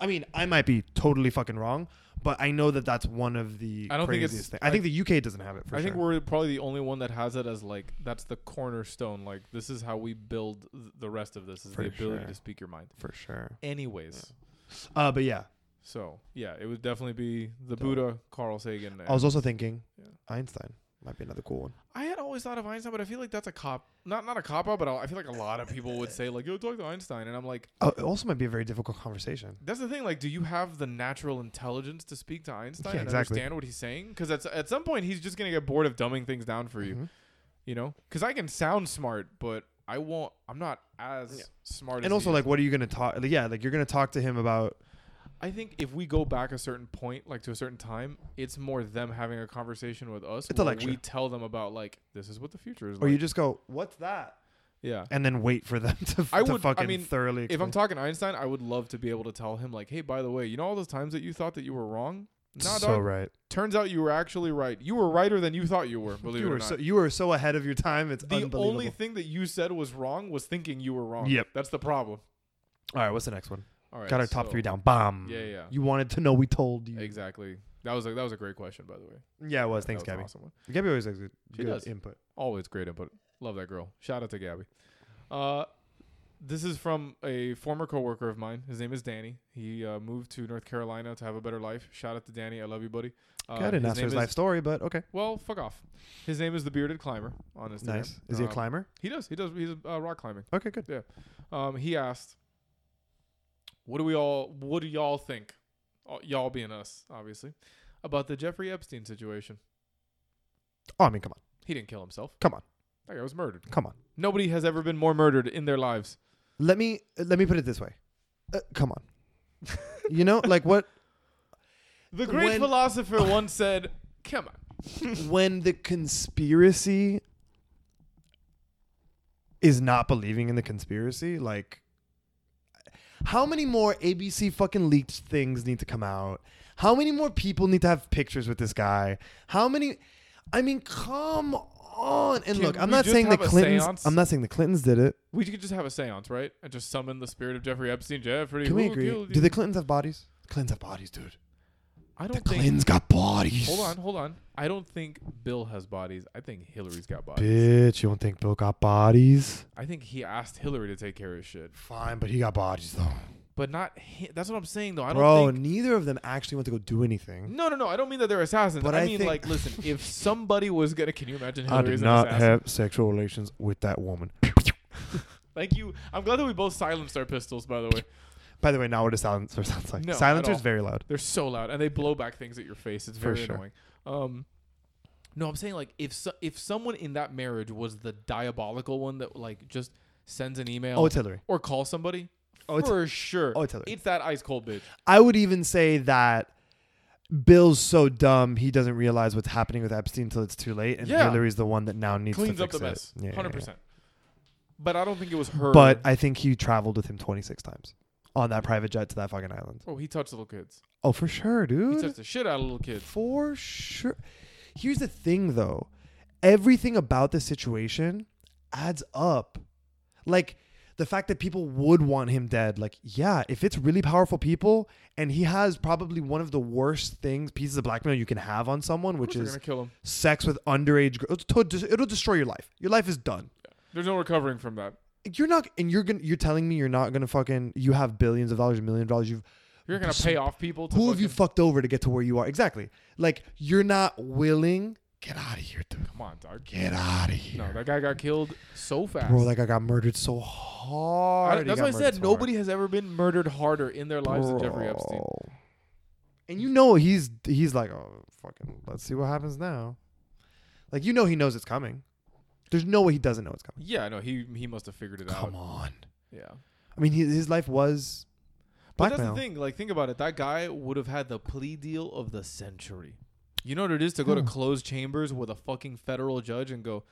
I mean, I might be totally fucking wrong, but I know that that's one of the
I don't think it's-
craziest things. I think the UK doesn't have it. For
I
sure.
think we're probably the only one that has it as like that's the cornerstone. Like this is how we build th- the rest of this is
For
the ability
sure.
to speak your mind.
for sure.
Anyways,
Uh, but yeah,
so yeah, it would definitely be the
Dope.
Buddha, Carl Sagan.
I was also thinking
Yeah.
Einstein might be another cool one.
I had always thought of Einstein, but I feel like that's a cop, not not a cop out, but I I feel like a lot of people would say like, "Yo, talk to Einstein," and I'm like,
Oh, it also might be a very difficult conversation.
That's the thing. Like, do you have the natural intelligence to speak to Einstein
Yeah,
and
exactly.
understand what he's saying? Because at at some point he's just gonna get bored of dumbing things down for you.
Mhm.
You know, because I can sound smart, but I won't. I'm not as
Yeah.
smart. as
And also,
he is.
like, what are you gonna talk? Like, yeah, like you're gonna talk to him about
I think if we go back a certain point, like to a certain time, it's more them having a conversation with us.
It's a
where
lecture.
We tell them about like this is what the future is.
Or
like.
you just go, "What's that?"
yeah.
and then wait for them [LAUGHS] to,
I
to
would- I
fucking
mean,
thoroughly.
If I'm
explain.
talking Einstein, I would love to be able to tell him like, hey, by the way, you know all those times that you thought that you were wrong. Nah,
so
dog.
right,
Turns out you were actually right. You were righter than you thought you were. Believe
you
it or
were
not.
so you were so ahead of your time. It's
the
unbelievable.
only thing that you said was wrong was thinking you were wrong.
Yep.
That's the problem.
All right, what's the next one?
All right.
Got our top
so-
three down. Bomb.
Yeah, yeah.
You wanted to know. We told you.
Exactly. That was a, that was a great question, by the way.
Yeah, it was.
That
Thanks,
was an
Gabby.
Awesome one.
Gabby always has good,
She
good
does.
input.
Always great input. Love that girl. Shout out to Gabby. Uh, this is from a former coworker of mine. His name is Danny. He uh, moved to North Carolina to have a better life. Shout out to Danny. I love you, buddy. Uh,
Okay, I didn't ask for
name
his
is-
life story, but okay.
Well, fuck off. His name is the Bearded Climber on Instagram.
Nice. Is he a
Um,
climber?
He does. He does. He's uh, rock climbing.
Okay, good.
Um, he asked, "What do we all? What do y'all think? All- Y'all being us, obviously, about the Jeffrey Epstein situation.
Oh, I mean, come on,
He didn't kill himself.
Come on.
that guy was murdered.
come on.
Nobody has ever been more murdered in their lives. [LAUGHS]
Let me let me put it this way. Uh, come on. you know, like what
The great
When- [LAUGHS]
philosopher once said, "Come on,
when the conspiracy is not believing in the conspiracy, like how many more ABC fucking leaked things need to come out? How many more people need to have pictures with this guy? How many I mean, come on. And
Can
look, I'm
we
not
just
saying the
have a
Clintons
seance?
I'm not saying the Clintons did it.
we could just have a séance, right? And just summon the spirit of Jeffrey Epstein. Jeffrey,
Can we
who
agree?
killed
Do
you?
the Clintons have bodies? Clintons have bodies, dude.
I
The
don't [LAUGHS] think.
Clintons got bodies.
Hold on, hold on. I don't think Bill has bodies. I think Hillary's got bodies.
Bitch, you don't think Bill got bodies?
I think he asked Hillary to take care of his shit.
Fine, but he got bodies though.
but not. Hi- That's what I'm saying though. I don't
Bro,
think
neither of them actually went to go do anything.
No, no, no. I don't mean that they're assassins.
But
I,
I
mean,
think-
like,
[LAUGHS]
listen, if somebody was gonna, can you imagine
I
Hillary
did
as an
not
assassin?
have sexual relations with that woman.
Thank you. I'm glad that we both silenced our pistols. By the way,
By the way, now what a silencer sounds like.
No, at
silencer is
all.
very loud.
they're so loud and they blow back things at your face. It's
For
very
sure.
annoying. Um, no, I'm saying like if so, if someone in that marriage was the diabolical one that like just sends an email
Oh, it's Hillary.
or calls somebody,
Oh, it's-
for sure,
Oh, it's Hillary.
it's that ice cold bitch.
I would even say that Bill's so dumb he doesn't realize what's happening with Epstein until it's too late, and
Yeah.
Hillary's the one that now needs
Cleans
to
up
fix
the mess,
it. Yeah, yeah,
hundred
yeah.
percent. But I don't think it was her.
But I think he traveled with him 26 times on that private jet to that fucking island.
oh, he touched little kids.
Oh, for sure,
He
dude.
touched the shit out of little kids.
For sure. Here's the thing, though. Everything about the situation adds up. Like the fact that people would want him dead. Like, yeah, if it's really powerful people and he has probably one of the worst things, pieces of blackmail you can have on someone,
Which
which
is
is
gonna kill him.
sex with underage girls. It'll, it'll destroy your life. Your life is done.
There's no recovering from that.
You're not, and you're gonna. You're telling me you're not gonna fucking. You have billions of dollars, a million dollars. You've
You're gonna
Just-
pay off people. To
who have you
fucking-
fucked over to get to where you are? Exactly. Like you're not willing. Get out of here, dude.
Come on, dog.
Get out of here.
No, that guy got killed so fast.
Bro, that guy got murdered so
I-
hard. He
that's
got
why I
murdered
said
so
nobody has ever been murdered harder in their
hard.
lives than Jeffrey Epstein.
Bro. And you know he's he's like, oh fucking, let's see what happens now. Like you know he knows it's coming. There's no way he doesn't know it's coming.
Yeah, no, he he must have figured it out.
Come on.
Yeah,
I mean, he, his life was
but that's the
blackmail.
thing. Like, think about it. That guy would have had the plea deal of the century. You know what it is to go to
Yeah.
closed chambers with a fucking federal judge and go,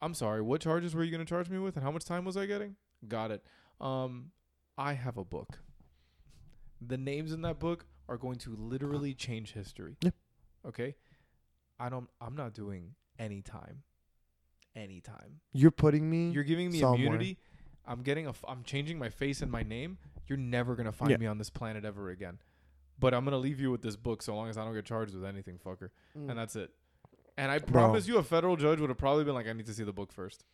"I'm sorry, what charges were you gonna charge me with, and how much time was I getting?" Got it. Um, I have a book. The names in that book are going to literally change history.
Yeah.
Okay. I don't. I'm not doing any time. Any time.
You're putting me.
You're giving me
Somewhere.
immunity. I'm getting a. F- I'm changing my face and my name. You're never gonna find
Yeah.
me on this planet ever again. But I'm gonna leave you with this book so long as I don't get charged with anything, fucker.
Mm.
And that's it. And I
Bro.
promise you, a federal judge would have probably been like, "I need to see the book first.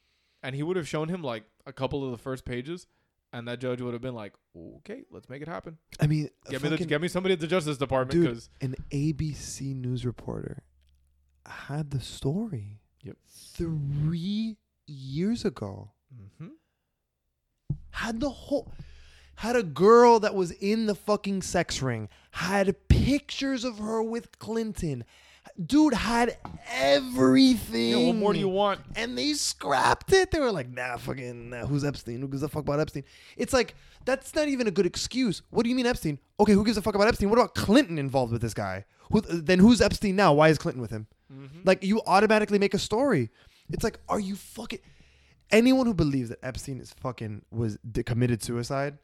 and he would have shown him like a couple of the first pages, and that judge would have been like, "Okay, let's make it happen.
I mean,
Get me the,
fucking-
get me somebody at the Justice Department
Dude.
because
an ABC news reporter had the story.
Yep.
Three years ago,
mm-hmm.
had the whole, had a girl that was in the fucking sex ring, had pictures of her with Clinton. Dude had everything.
yeah, what more do you want?"
And they scrapped it. They were like, nah, fucking, nah, who's Epstein? Who gives a fuck about Epstein? It's like, that's not even a good excuse. What do you mean Epstein? Okay, who gives a fuck about Epstein? What about Clinton involved with this guy? Who, then who's Epstein now? Why is Clinton with him? Like, you automatically make a story. It's like, are you fucking. Anyone who believes that Epstein is fucking, was d- committed suicide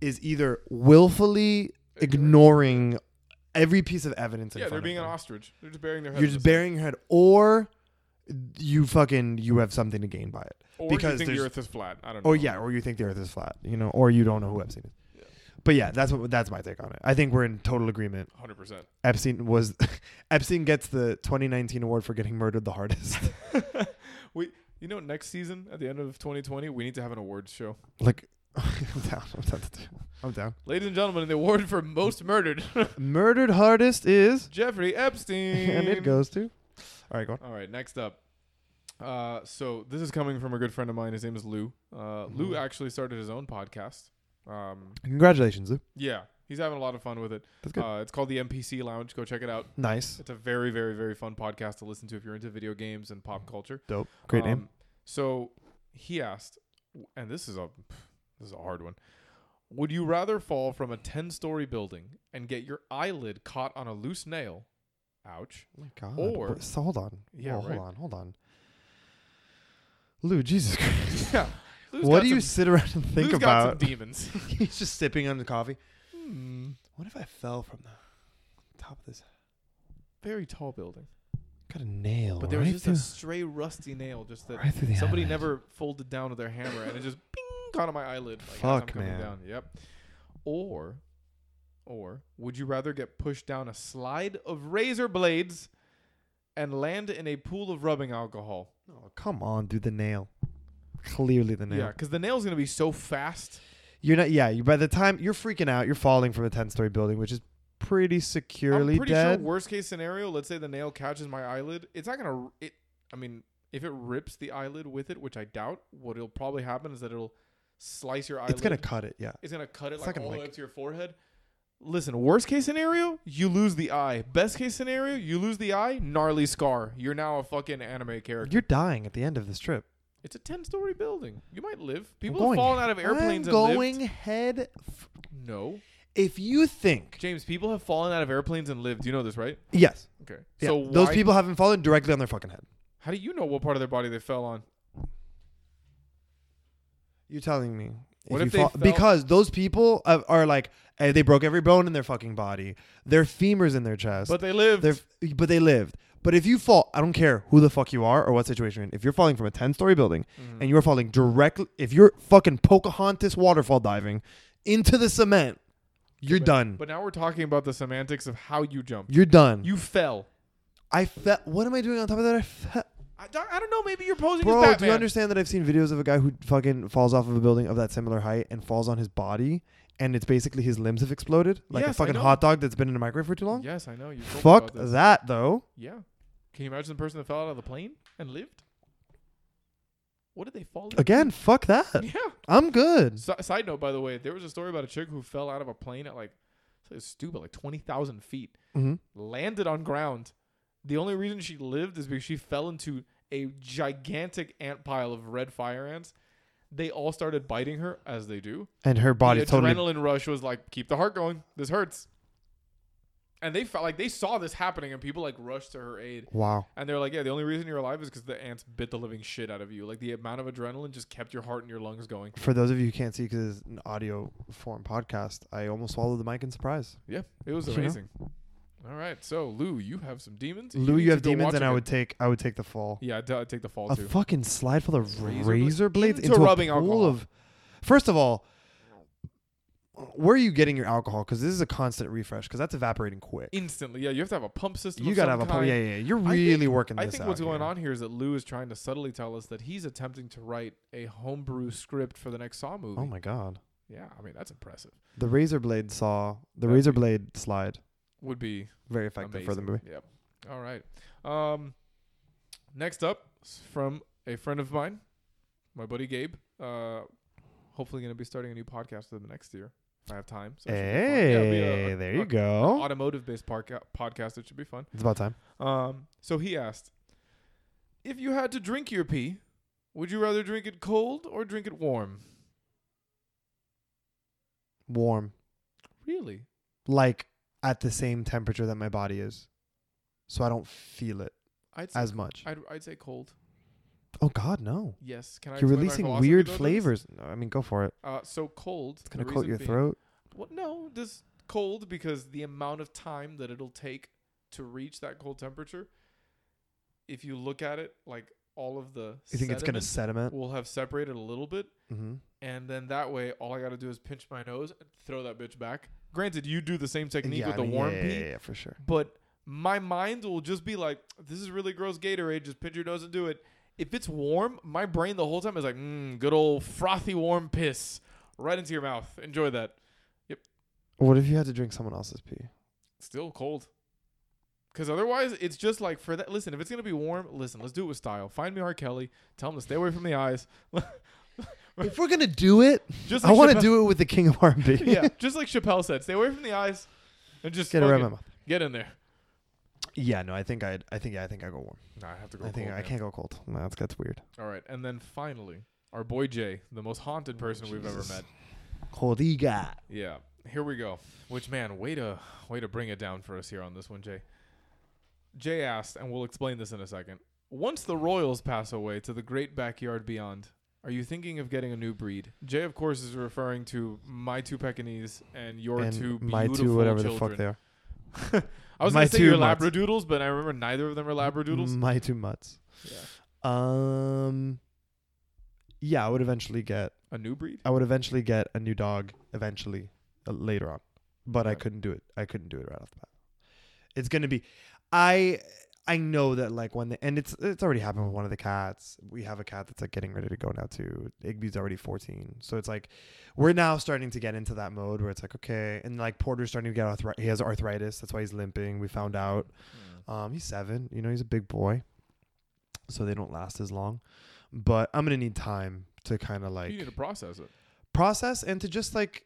is either willfully ignoring every piece of evidence. in
Yeah, they're
front of
being an
them.
ostrich. They're just burying their head.
You're
in
just
the sand.
burying your head, or you fucking you have something to gain by it,
Or
because
you think the
there's-
Earth is flat. I don't know.
or yeah, or you think the Earth is flat, you know, or you don't know who Epstein is.
Yeah.
But yeah, that's what that's my take on it. I think we're in total agreement.
hundred percent.
Epstein was [LAUGHS] Epstein gets the 2019 award for getting murdered the hardest.
[LAUGHS] we, you know, next season at the end of 2020, we need to have an awards show.
like [LAUGHS] I'm down, I'm down, to do- I'm down.
Ladies and gentlemen, the award for most murdered, [LAUGHS]
Murdered hardest [LAUGHS] is,
Jeffrey Epstein.
and it goes to. All right, go on.
All right, next up. Uh, so this is coming from a good friend of mine. His name is Lou. Uh, Lou
Mhm.
actually started his own podcast. Um,
Congratulations, Lou.
yeah, he's having a lot of fun with it.
That's good.
Uh, it's called the MPC Lounge. Go check it out.
nice,
It's a very, very, very fun podcast to listen to if you're into video games and
Mm-hmm.
pop culture.
dope, great name.
Um, So he asked, and this is a this is a hard one. Would you rather fall from a ten story building and get your eyelid caught on a loose nail? Ouch. [LAUGHS]
Oh my God.
Or-
What- so hold on.
Yeah,
Whoa,
right.
Hold on. Hold on. Lou, Jesus [LAUGHS] Christ.
Yeah. Lou's
what
got
do you
some-
sit around and think
Lou's
about?
Got some demons.
[LAUGHS] He's just sipping on the coffee.
Hmm.
What if I fell from the top of this?
Very tall building,
Got a nail.
but there was
right
just
through,
a stray rusty nail, just that
right through the
somebody
eyelid.
never folded down with their hammer, and it just [LAUGHS] bing, caught on my eyelid. Like, as I'm
Fuck,
coming
man.
Down. Yep. Or, or would you rather get pushed down a slide of razor blades and land in a pool of rubbing alcohol?
Oh, come on, dude. The nail. Clearly the
Yeah,
nail.
because the nail's gonna be so fast.
You're not. Yeah. You, by the time you're freaking out, you're falling from a ten-story building, which is pretty securely
I'm pretty
dead.
sure worst case scenario, let's say the nail catches my eyelid, it's not gonna. r- It, I mean, if it rips the eyelid with it, which I doubt, what'll probably happen is that it'll slice your eyelid.
it's gonna cut it. Yeah.
It's gonna cut it
it's
like
not gonna
all the way
like-
up to your forehead. Listen, worst case scenario, you lose the eye. Best case scenario, you lose the eye, gnarly scar. You're now a fucking anime character.
You're dying at the end of this trip.
It's a ten-story building. You might live.
I'm
People have
going-
fallen out of airplanes.
I'm
and
going
lived.
head. F-
No,
if you think
James. People have fallen out of airplanes and lived. You know this, right?
yes,
Okay.
yeah,
So
those
why-
people haven't fallen directly on their fucking head.
How do you know what part of their body they fell on?
You're telling me.
What
you
if they fell-
because those people are, are like eh, they broke every bone in their fucking body, their femurs in their chest,
But they lived.
they're, but they lived. But if you fall, I don't care who the fuck you are or what situation you're in. If you're falling from a ten-story building
Mm-hmm.
and you're falling directly, if you're fucking Pocahontas waterfall diving into the cement, you're done.
[LAUGHS] But now we're talking about the semantics of how you jumped.
you're done.
You fell.
I felt. What am I doing on top of that? I felt.
I don't, I don't know. Maybe you're posing as
Bro,
Batman.
do you understand that I've seen videos of a guy who fucking falls off of a building of that similar height and falls on his body, and it's basically his limbs have exploded like a
Yes, I
fucking
know.
hot dog that's been in a microwave for too long.
Yes, I know. You told me
Fuck
about this.
that though.
Yeah. Can you imagine the person that fell out of the plane and lived? What did they fall? into?
Again, fuck that.
Yeah.
I'm good.
Si- side note, by the way, there was a story about a chick who fell out of a plane at like, it's stupid, like twenty thousand feet.
Mhm.
landed on ground. The only reason she lived is because she fell into a gigantic ant pile of red fire ants. They all started biting her, as they do.
And her body
the
totally.
adrenaline rush was like, keep the heart going. This hurts. And they felt like they saw this happening, and people like rushed to her aid.
Wow.
And they're like, yeah, the only reason you're alive is because the ants bit the living shit out of you. Like the amount of adrenaline just kept your heart and your lungs going.
For those of you who can't see because it's an audio form podcast, I almost swallowed the mic in surprise.
Yeah, it was
You know?
amazing. All right, so Lou, you have some demons.
Lou,
need
you
to
have
go watch
demons, and
a
I
good-
would take I would take the fall.
Yeah, I'd, I'd take the fall
a
too.
fucking slide full of
Razor
razor,
blade-
blades
into
into, a
rubbing
pool
alcohol.
of. First of all, where are you getting your alcohol? Because this is a constant refresh. Because that's evaporating quick.
instantly. Yeah, you have to have a pump system.
you
of
gotta
some
have a pump.
kind.
Yeah, yeah, yeah. You're
I
really working
I
this
think
out
what's going
here.
on here is that Lou is trying to subtly tell us that he's attempting to write a homebrew script for the next Saw movie.
Oh my god,
Yeah, I mean that's impressive.
the razor blade saw the
That'd
razor
be
blade slide
Would be
very effective for the
amazing.
movie.
Yep. All right. Um, next up s- from a friend of mine, my buddy Gabe. Uh, hopefully going to be starting a new podcast with him next year. If I have time. So it should be fun. Yeah, it'll be a-
Hey,
a-
there you
a-
go.
Automotive based parca- podcast. It should be fun.
It's about time.
Um, so he asked, if you had to drink your pee, would you rather drink it cold or drink it warm?
Warm,
Really?
like at the same temperature that my body is, so I don't feel it
I'd say,
as much.
I'd, I'd say cold.
oh God, no!
Yes. Can I?
You're
explain my
releasing
philosophy
weird
about this?
flavors. No, I mean, go for it.
Uh, so cold.
It's gonna
the
coat
reason
your
being-
throat.
Well, no, just cold because the amount of time that it'll take to reach that cold temperature. If you look at it, like all of the
You think it's gonna
sediment
sediment?
will have separated a little bit,
Mm-hmm.
and then that way all I got to do is pinch my nose and throw that bitch back. Granted, you do the same technique with the warm
yeah,
pee,
yeah, yeah, for sure.
but my mind will just be like, "This is really gross Gatorade. Just pinch your nose and do it." If it's warm, my brain the whole time is like, mm, "Good old frothy warm piss right into your mouth. Enjoy that."
What if you had to drink someone
[LAUGHS]
else's pee?
Still cold. Cause otherwise, it's just like for that. Listen, if it's gonna be warm, listen. Let's do it with style. Find me R. Kelly. Tell him to stay away from the eyes.
If we're gonna do it,
Just
I
like
want to
[LAUGHS] Chappelle-
do it with the king of R&B.
[LAUGHS]
[LAUGHS]
yeah, just like Chappelle said, stay away from the eyes, and just
get it right
fucking
my mouth.
get in there.
Yeah, no, I think I, I think, yeah, I think I go warm.
Nah, I have to go.
I think
cold,
I
man.
can't go cold. No, that's that's weird.
All right, and then finally, our boy Jay, the most haunted person we've ever
Jesus.
met.
Cold got.
Yeah, here we go. Which man, way to way to bring it down for us here on this one, Jay. Jay asked, and we'll explain this in a second. Once the Royals pass away to the great backyard beyond, are you thinking of getting a new breed? Jay, of course, is referring to my two Pekingese and your
and
two
my
beautiful
two, whatever
children.
the fuck they are.
I was
My
gonna say your
two Mm. mutts.
labradoodles, but I remember neither of them are labradoodles.
My two mutts.
Yeah.
Um, yeah, I would eventually get,
A new breed?
I would eventually get a new dog eventually, uh, later on, but I
Okay.
couldn't do it. I couldn't do it right off the bat. It's gonna be, I, I know that like when the and it's it's already happened with one of the cats. We have a cat that's like getting ready to go now too. Igby's already 14, so it's like we're now starting to get into that mode where it's like okay, and like Porter's starting to get arthritis. He has arthritis, that's why he's limping. We found out. Um, he's seven. You know, he's a big boy, so they don't last as long. But I'm gonna need time to kind of like
you need to process it.
process and to just like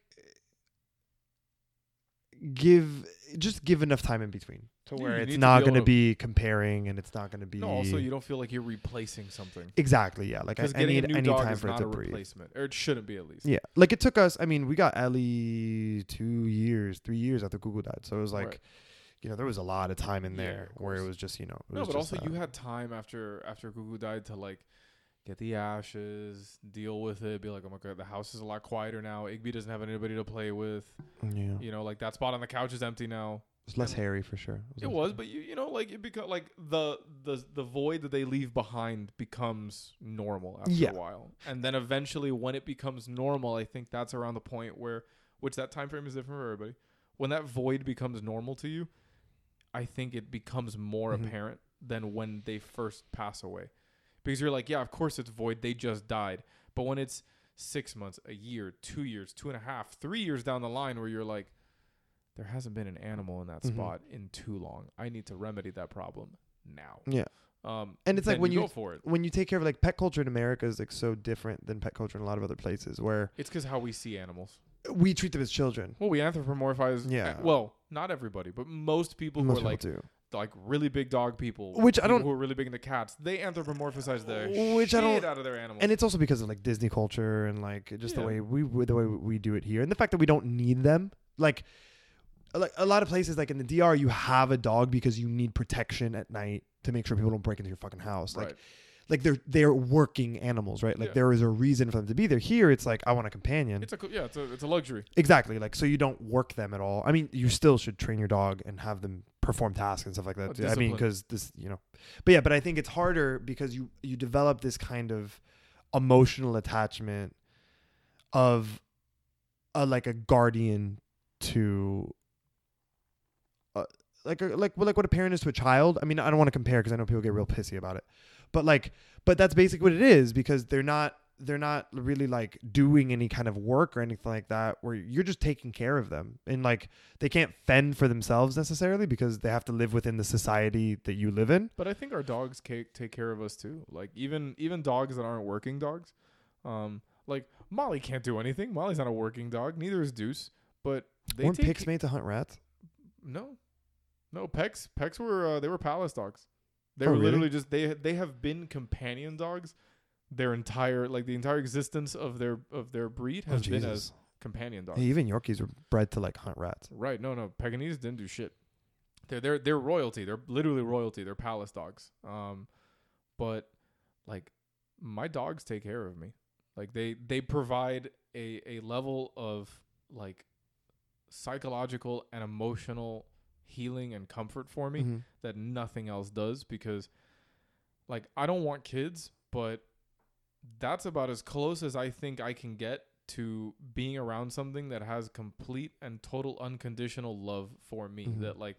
give just give enough time in between to
Yeah,
where
you need
it's
to
not
be
going to
able to-
be comparing and it's not going to be
No, also you don't feel like you're replacing something.
exactly yeah like I,
Because
I
getting a
need
new
any
dog
time
is
for it
not
to
a
breathe
replacement, or it shouldn't be at least.
yeah like it took us i mean we got ellie two years three years after google died so it was like
Right.
you know there was a lot of time in
Yeah,
there
of
where it
course.
was just you know it
No,
was
but
just
also you
that.
had time after after Gugu died to like get the ashes, deal with it, be like, oh my god, the house is a lot quieter now. Igby doesn't have anybody to play with.
yeah
You know, like that spot on the couch is empty now.
it's less hairy for sure
It
less
was,
hairy.
but you you know, like it becomes like the the the void that they leave behind becomes normal after
Yeah.
a while, and then eventually, when it becomes normal, I think that's around the point where, which that time frame is different for everybody. When that void becomes normal to you, I think it becomes more
Mhm.
apparent than when they first pass away, because you're like, yeah, of course it's void. They just died, but when it's six months, a year, two years, two and a half, three years down the line, where you're like, there hasn't been an animal in that
Mhm.
spot in too long. I need to remedy that problem now.
Yeah.
Um,
And it's like
then
when you-
go for it,
when you take care of like pet culture in america is like so different than pet culture in a lot of other places where
it's because how we see animals.
we treat them as children
Well, we anthropomorphize. eh,
Yeah.
Well, not everybody, but most people
Most
who are
people
like
do.
like really big dog people,
Which I
people
don't-
who are really big into cats. They anthropomorphize their
Which I
shit
don't-
out of their animals.
and it's also because of like Disney culture and like just
Yeah.
the way we the way we do it here, and the fact that we don't need them. Like, like a lot of places, like in the DR, you have a dog because you need protection at night to make sure people don't break into your fucking house. Like,
right.
like they're they're working animals, right? Like
Yeah.
there is a reason for them to be there. Here, it's like I want a companion.
It's a co- yeah. It's a it's a luxury.
exactly. Like so, you don't work them at all. I mean, you still should train your dog and have them perform tasks and stuff like
Oh,
that. too. I mean,
discipline.
because this, you know, but yeah, but I think it's harder because you you develop this kind of emotional attachment of a like a guardian to uh, like a, like well, like what a parent is to a child. I mean, I don't want to compare because I know people get real pissy about it, but like, but that's basically what it is because they're not they're not really like doing any kind of work or anything like that where you're just taking care of them and like they can't fend for themselves necessarily because they have to live within the society that you live in
But I think our dogs take take care of us too. Like even even dogs that aren't working dogs, um, like Molly can't do anything. Molly's not a working dog. Neither is Deuce. But they
weren't
take
pigs made to hunt rats
no, no Pecs. Pecs were uh, they were palace dogs. They
Oh,
were
really?
literally just they they have been companion dogs. Their entire like the entire existence of their of their breed
Oh,
has been
Jesus.
as companion dogs.
Hey, even yorkies were bred to like hunt rats
Right. No, no. Paganinis didn't do shit. They're they're they're royalty. They're literally royalty. They're palace dogs. Um, but like my dogs take care of me. Like they they provide a a level of like psychological and emotional healing and comfort for me
Mhm.
that nothing else does because like I don't want kids, but that's about as close as I think I can get to being around something that has complete and total unconditional love for me
Mhm.
that like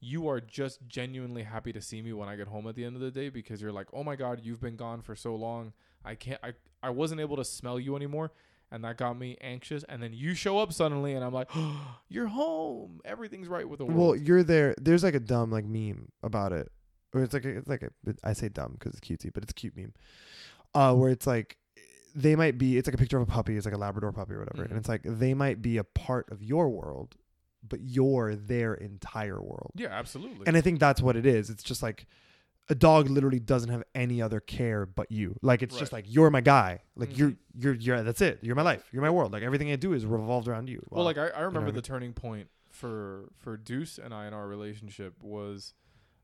you are just genuinely happy to see me when I get home at the end of the day because you're like, "Oh my god, you've been gone for so long. I can't I I wasn't able to smell you anymore." And that got me anxious. And then you show up suddenly, and I'm like, [GASPS] "You're home. Everything's right with the world."
Well, you're there. There's like a dumb like meme about it, or it's like a, it's like a, I say dumb because it's cutesy, but it's a cute meme, uh, where it's like they might be. It's like a picture of a puppy. It's like a Labrador puppy or whatever,
Mhm.
and it's like they might be a part of your world, but you're their entire world.
yeah, absolutely.
And I think that's what it is. It's just like a dog literally doesn't have any other care but you. Like it's just like you're my guy. Like you're
Mhm.
you're you're that's it. You're my life. You're my world. Like everything I do is revolved around you.
Well,
Wow.
like I, I remember
what I
the
mean?
turning point for for Deuce and I in our relationship was,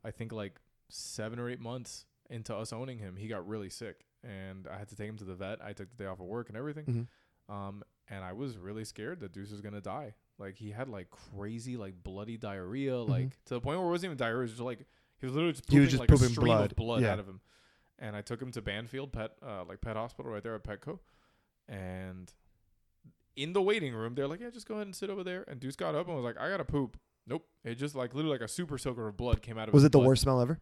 I think like seven or eight months into us owning him, he got really sick, and I had to take him to the vet. I took the day off of work and everything,
Mhm.
um, and I was really scared that Deuce was gonna die. Like he had like crazy like bloody diarrhea, like to the point where it wasn't even diarrhea. It was just like he was literally just
Mm-hmm. He
pooping,
was just
like a
pooping
stream
blood.
of blood
Yeah.
out of him. And I took him to Banfield Pet, uh, like Pet Hospital, right there at Petco, and in the waiting room, they're like, "Yeah, just go ahead and sit over there." And Deuce got up and was like, "I gotta poop." Nope. It just like literally like a super soaker of blood came out of.
was
his
it the
blood.
worst smell ever?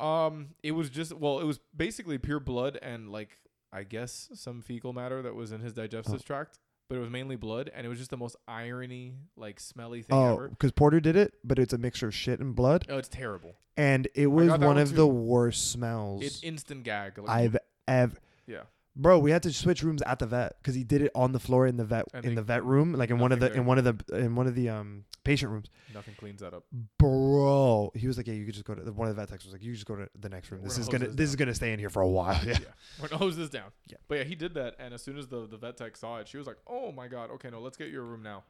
Um, it was just well, it was basically pure blood and like I guess some fecal matter that was in his digestive
Oh.
tract, but it was mainly blood, and it was just the most irony, like smelly thing
Oh,
ever.
because Porter did it, but it's a mixture of shit and blood,
Oh, it's terrible.
and it was
got that
one
one
of
too.
the worst smells
It's instant gag. Like,
I've ever.
yeah,
Bro, we had to switch rooms at the vet because he did it on the floor in the vet
And
in
they-
the vet room, like in one of the
nothing
in one of the in one of the um patient rooms.
nothing cleans that up.
Bro, he was like, "Yeah, you could just go to." The, one of the vet techs was like, "You just go to the next room.
We're
This
gonna
is
hose
gonna
this
this is gonna stay in here for a while." [LAUGHS] Yeah.
Yeah, we're gonna hose this down.
Yeah.
but yeah, he did that, and as soon as the the vet tech saw it, she was like, "Oh my god, okay, no, let's get you a room now."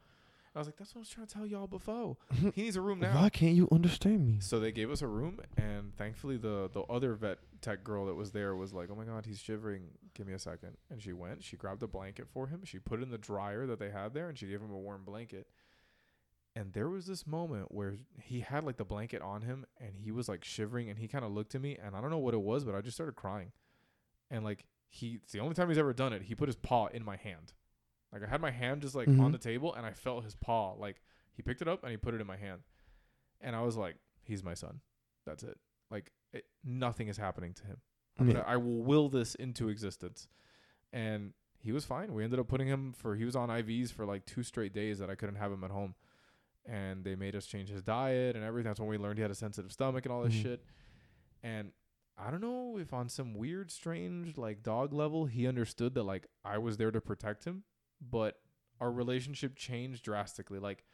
I was like, "That's what I was trying to tell y'all before. He needs a room [LAUGHS] now."
Why can't you understand me?
So they gave us a room, and thankfully the the other vet tech girl that was there was like, "Oh my god, he's shivering. Give me a second. And she went. She grabbed a blanket for him. She put it in the dryer that they had there, and she gave him a warm blanket. And there was this moment where he had like the blanket on him, and he was like shivering, and he kind of looked at me, and I don't know what it was, but I just started crying, and like he, it's the only time he's ever done it. He put his paw in my hand, like I had my hand just like on
Mhm.
the table, and I felt his paw. Like he picked it up and he put it in my hand, and I was like he's my son. That's it. Like it, nothing is happening to him. I'm
Yeah.
gonna, I will will this into existence. And he was fine. We ended up putting him for he was on IVs for like two straight days that I couldn't have him at home. And they made us change his diet and everything. That's when we learned he had a sensitive stomach and all this
Mhm.
shit. And I don't know if on some weird, strange, like dog level, he understood that like I was there to protect him, but our relationship changed drastically. Like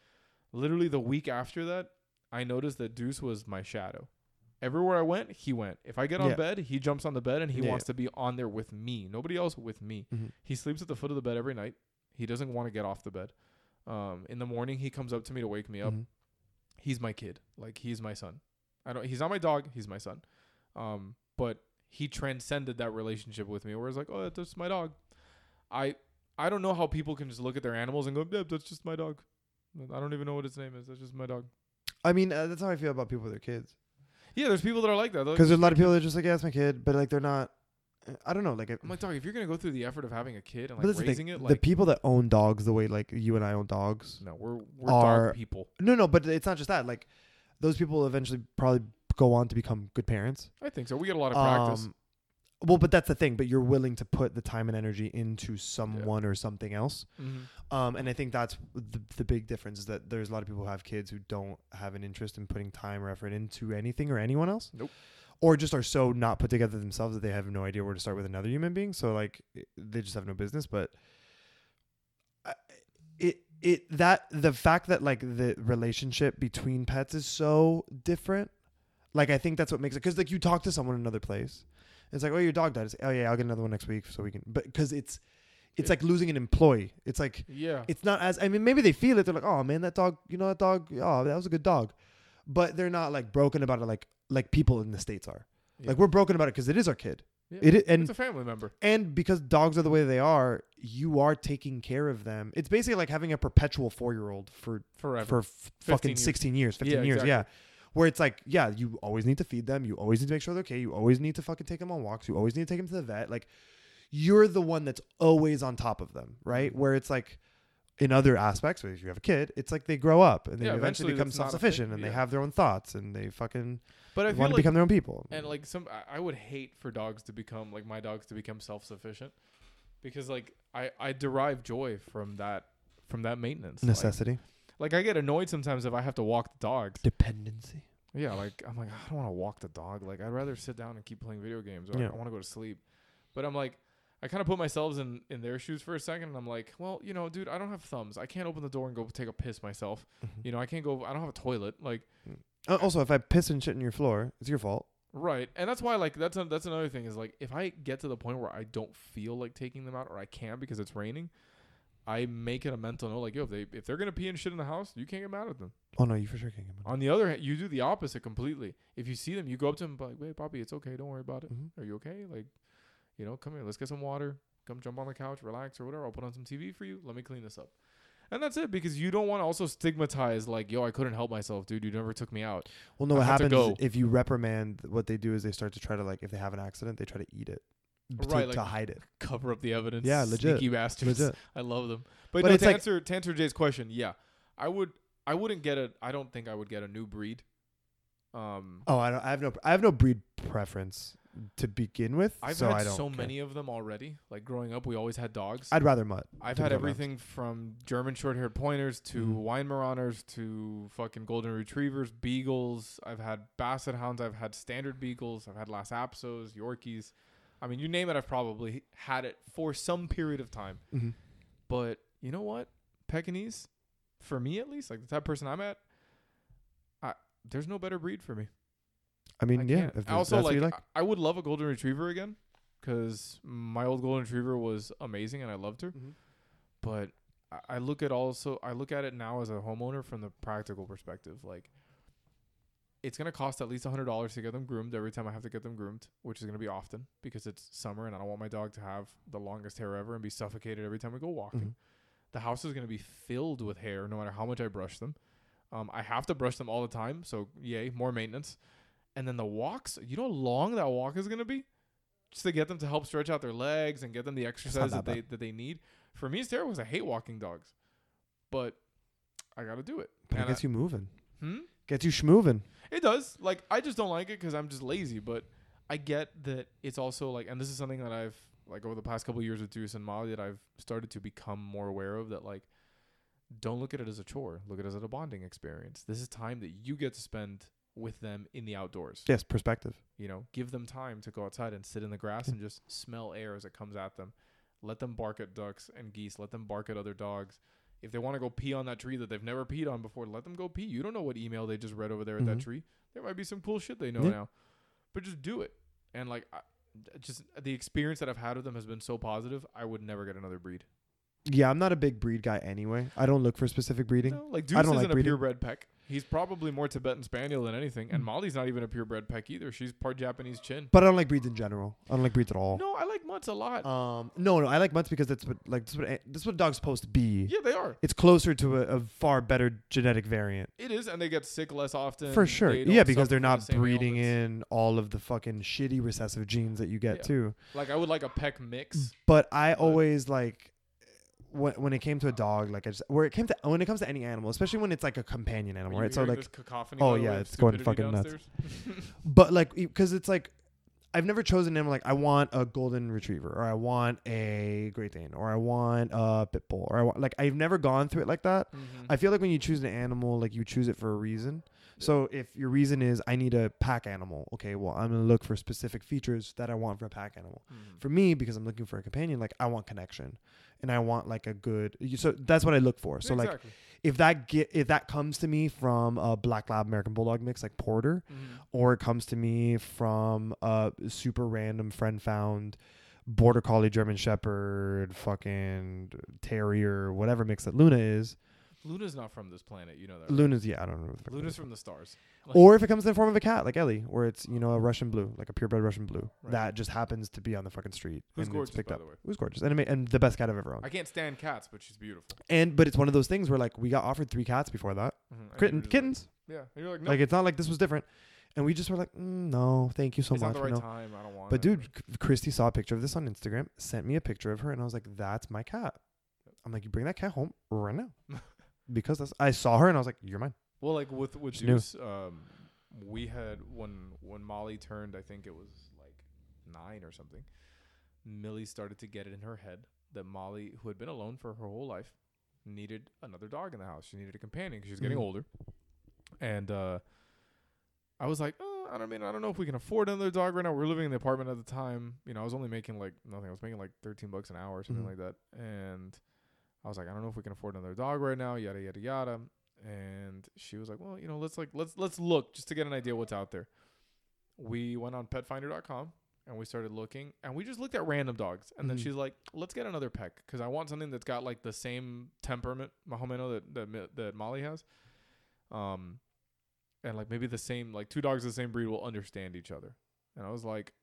literally the week after that, I noticed that Deuce was my shadow. Everywhere I went, he went. If I get on
Yeah.
bed, he jumps on the bed and he
Yeah,
wants to be on there with me. Nobody else with me.
Mhm.
He sleeps at the foot of the bed every night. He doesn't want to get off the bed. Um, in the morning, he comes up to me to wake me up.
Mhm.
He's my kid. Like he's my son. I don't. He's not my dog. He's my son. Um, but he transcended that relationship with me. Where it's like, oh, that's my dog. I I don't know how people can just look at their animals and go, yeah, that's just my dog. I don't even know what its name is. That's just my dog.
I mean, uh, that's how I feel about people with their kids.
Yeah, there's people that are like that. They're Like,
Because there's a lot of people that are just like, "Yeah, it's my kid," but like they're not. eh, I don't know, like. It,
I'm like, dog, if you're gonna go through the effort of having a kid and
but
like
that's the
raising
thing.
it,
the
like,
people that own dogs the way like you and I own dogs.
no, we're we're
are-
dog people.
No, no, but it's not just that. Like, those people will eventually probably go on to become good parents.
I think so. We get a lot of practice.
Um, well, but that's the thing. But you're willing to put the time and energy into someone or something else.
Mhm.
Um, and I think that's the, the big difference is that there's a lot of people who have kids who don't have an interest in putting time or effort into anything or anyone else.
Nope.
Or just are so not put together themselves that they have no idea where to start with another human being. So like i- they just have no business. But I- it it that the fact that like the relationship between pets is so different. Like I think that's what makes it because like you talk to someone in another place, it's like oh your dog died. It's, oh yeah, I'll get another one next week so we can. But because it's it's like losing an employee. It's like
Yeah.
it's not as I mean maybe they feel it. They're like, oh man, that dog, you know that dog, oh that was a good dog, but they're not like broken about it like like people in the states are.
Yeah.
Like we're broken about it because it is our kid.
Yeah.
It is,
it's
and
a family member.
and because dogs are the way they are, you are taking care of them. It's basically like having a perpetual four year old for
Forever.
for f- fucking
years.
sixteen years, fifteen
Yeah,
years,
exactly.
yeah. Where it's like, yeah, you always need to feed them. You always need to make sure they're okay. You always need to fucking take them on walks. You always need to take them to the vet. Like, you're the one that's always on top of them,
Mm-hmm.
right? Where it's like, in other aspects, where if you have a kid, it's like they grow up and they
Yeah, eventually
eventually, become
that's not a
self
thing,
sufficient and
yeah.
they have their own thoughts and they fucking
but I feel
want to
like,
become their own people.
and like some, I- I would hate for dogs to become like my dogs to become self sufficient, because like I I derive joy from that from that maintenance. Like-
Necessity,
Like, I get annoyed sometimes if I have to walk the dogs.
dependency.
Yeah, like I'm like I don't want to walk the dog. Like I'd rather sit down and keep playing video games. Or
Yeah.
I want to go to sleep. But I'm like, I kind of put myself in in their shoes for a second, and I'm like, well, you know, dude, I don't have thumbs. I can't open the door and go take a piss myself.
Mhm.
You know, I can't go. I don't have a toilet. Like
Uh, Also, if I piss and shit on your floor, it's your fault.
right, and that's why like that's a, that's another thing is like if I get to the point where I don't feel like taking them out or I can't because it's raining. I make it a mental note, like yo, if they if they're gonna pee and shit in the house, you can't get mad at them.
Oh no, you for sure can't get
On the other hand, you do the opposite completely. If you see them, you go up to them, like, "Wait, Poppy, it's okay. Don't worry about it.
Mhm.
Are you okay? Like, you know, come here. Let's get some water. Come jump on the couch, relax, or whatever. I'll put on some TV for you. Let me clean this up." And that's it, because you don't want to also stigmatize, like, "Yo, I couldn't help myself, dude. You never took me out."
Well, no,
I
what
have to
happens
go.
is if you reprimand, what they do is they start to try to like, if they have an accident, they try to eat it to,
Right, like-
to hide it.
Cover up the evidence.
Yeah, legit.
Sneaky bastards.
Legit.
I love them. But,
But
no,
it's
to
like-
answer to answer Jay's question, yeah, I would. I wouldn't get a. I don't think I would get a new breed. Um,
Oh, I don't. I have no. I have no breed preference to begin with.
I've
Oh, so
had
I don't
so
care.
many of them already. Like growing up, we always had dogs.
I'd rather mutt.
I've
to
had
be totally honest.
everything from German short-haired pointers to
Mhm.
Weimaraner's to fucking golden retrievers, beagles. I've had basset hounds. I've had standard beagles. I've had Lhasa Apsos, Yorkies. I mean, you name it, I've probably had it for some period of time.
Mhm.
But you know what, Pekingese, for me at least, like the type of person I'm at, I, there's no better breed for me.
I mean,
I
yeah.
can't.
If
I
that's
also
what
like,
you like.
I I would love a golden retriever again because my old golden retriever was amazing and I mm-hmm. loved her.
Mhm.
But I- I look at also I look at it now as a homeowner from the practical perspective. Like it's gonna cost at least hundred dollars to get them groomed every time I have to get them groomed, which is gonna be often because it's summer and I don't want my dog to have the longest hair ever and be suffocated every time we go walking.
Mhm.
The house is gonna be filled with hair no matter how much I brush them. Um, I have to brush them all the time, so yay, more maintenance. And then the walks, you know how long that walk is gonna be? Just to get them to help stretch out their legs and get them the exercise that
that
they that they need. For me, it's terrible because I hate walking dogs. But I gotta do it.
But it
And I-
gets you moving.
hmm?
Gets you schmoving.
It does. Like I just don't like it because I'm just lazy. But I get that it's also like, and this is something that I've like over the past couple of years with Deuce and Molly that I've started to become more aware of. That like, don't look at it as a chore. Look at it as a bonding experience. This is time that you get to spend with them in the outdoors.
Yes, perspective.
You know, give them time to go outside and sit in the grass and just smell air as it comes at them. Let them bark at ducks and geese. Let them bark at other dogs. If they want to go pee on that tree that they've never peed on before, let them go pee. You don't know what email they just read over there at
Mhm.
that tree. There might be some cool shit they know
Yeah.
now, but just do it. And like, I, just the experience that I've had with them has been so positive. I would never get another breed.
Yeah, I'm not a big breed guy anyway. I don't look for specific breeding.
No, like Deuce
I don't
isn't
like
a
breeding. Mm.
purebred peck. He's probably more Tibetan spaniel than anything. And Molly's not even a purebred peck either. She's part Japanese chin.
But I don't like breeds in general. I don't like breeds at all.
No, I like mutts a lot.
Um, no, no, I like mutts because that's what like that's what that's what a dog's supposed to be.
yeah, they are.
It's closer to a, a far better genetic variant.
It is, and they get sick less often.
For sure.
They
Yeah,
don't
because
suffer
they're
from the
not
same
breeding
ailments.
in all of the fucking shitty recessive genes that you get
Yeah.
too.
Like I would like a peck mix.
But I always like when, when it came to a dog, like I just where it came to when it comes to any animal, especially when it's like a companion
Are
animal,
you
right? So
hearing
like
this cacophony.
oh,
by the
yeah,
way, of
it's going
stupidity
fucking nuts.
downstairs? [LAUGHS] Mm-hmm.
but like because it's like I've never chosen him like I want a golden retriever or I want a Great Dane or I want a pit bull or I want like I've never gone through it like that.
Mhm.
I feel like when you choose an animal, like you choose it for a reason. So if your reason is I need a pack animal, okay, well I'm gonna look for specific features that I want for a pack animal.
Mhm.
For me, because I'm looking for a companion, like I want connection, and I want like a good. So that's what I look for. So like
Exactly.
if that get if that comes to me from a black lab American bulldog mix like Porter,
Mhm.
or it comes to me from a super random friend found border collie german shepherd fucking terrier whatever mix that luna is
Luna's not from this planet. You know that. right?
luna's yeah i don't know what the fuck it
Luna's
is.
from the stars. Like,
or if it comes in the form of a cat like ellie where it's you know a russian blue like a purebred russian blue
Right.
that just happens to be on the fucking street
who's
and
gorgeous
it's picked
by
up
the way.
it was gorgeous and, I mean, and the best cat i've ever owned
I can't stand cats, but she's beautiful.
and but it's one of those things where like we got offered three cats before that
Mhm. And you
Kitten,
were just
kittens
Like, yeah, and you're like, no,
like it's not like this was different and we just were like mm, no thank you so
it's
much
not the
but
right
no.
time. I don't want.
But
it.
dude, K- Christy saw a picture of this on Instagram, sent me a picture of her, and I was like, "That's my cat." I'm like, "You bring that cat home right
[LAUGHS]
now," because that's, I saw her and I was like, "You're mine."
Well, like with with
She knew.
Zeus, um, we had when when Molly turned, I think it was like nine or something. Millie started to get it in her head that Molly, who had been alone for her whole life, needed another dog in the house. She needed a companion because she was getting
Mhm.
older. And uh, I was like, uh, I don't mean, I don't know if we can afford another dog right now. We We're living in the apartment at the time. You know, I was only making like nothing. I was making like thirteen bucks an hour or something
Mhm.
like that. And I was like, I don't know if we can afford another dog right now. Yada yada yada and she was like, "Well, you know, let's like let's let's look just to get an idea what's out there." We went on petfinder.com and we started looking and we just looked at random dogs and then
Mhm.
she's like, "Let's get another peck cuz I want something that's got like the same temperament Mahomeno that that Mi- that Molly has." Um and like maybe the same like two dogs of the same breed will understand each other. And I was like,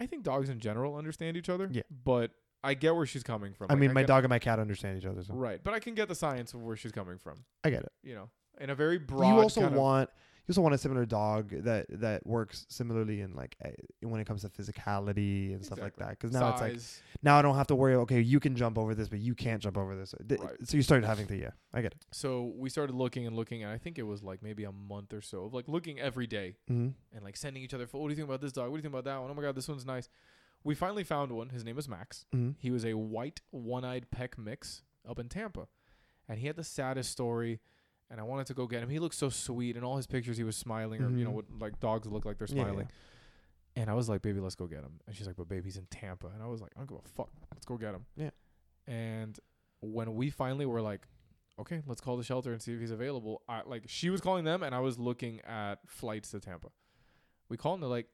I think dogs in general understand each other,
Yeah.
but I get where she's coming from.
I
Like,
mean, my
get-
dog and my cat understand each other, so
Right, but I can get the science of where she's coming from,
I get it.
you know. In a very broad
you also
kind of-
want you also want a similar dog that that works similarly in like eh, when it comes to physicality and stuff like
Exactly.
that. Because now it's like
Size.
now I don't have to worry. Okay, you can jump over this, but you can't jump over this. Th-
Right.
So you started having to. Yeah, I get it.
so we started looking and looking, and I think it was like maybe a month or so of like looking every day
Mm-hmm.
and like sending each other. What do you think about this dog? What do you think about that one? Oh my god, this one's nice. We finally found one. His name is Max.
Mm-hmm.
He was a white one-eyed peck mix up in Tampa, and he had the saddest story. And I wanted to go get him. He looked so sweet. In all his pictures, he was smiling, or you know
Mhm.
what, like dogs look like they're
Yeah, yeah,
smiling. And I was like, "Baby, let's go get him." And she's like, "But baby's in Tampa." And I was like, "I don't give a fuck. Let's go get him."
Yeah.
And when we finally were like, "Okay, let's call the shelter and see if he's available," I like she was calling them, and I was looking at flights to Tampa. We called and they're like,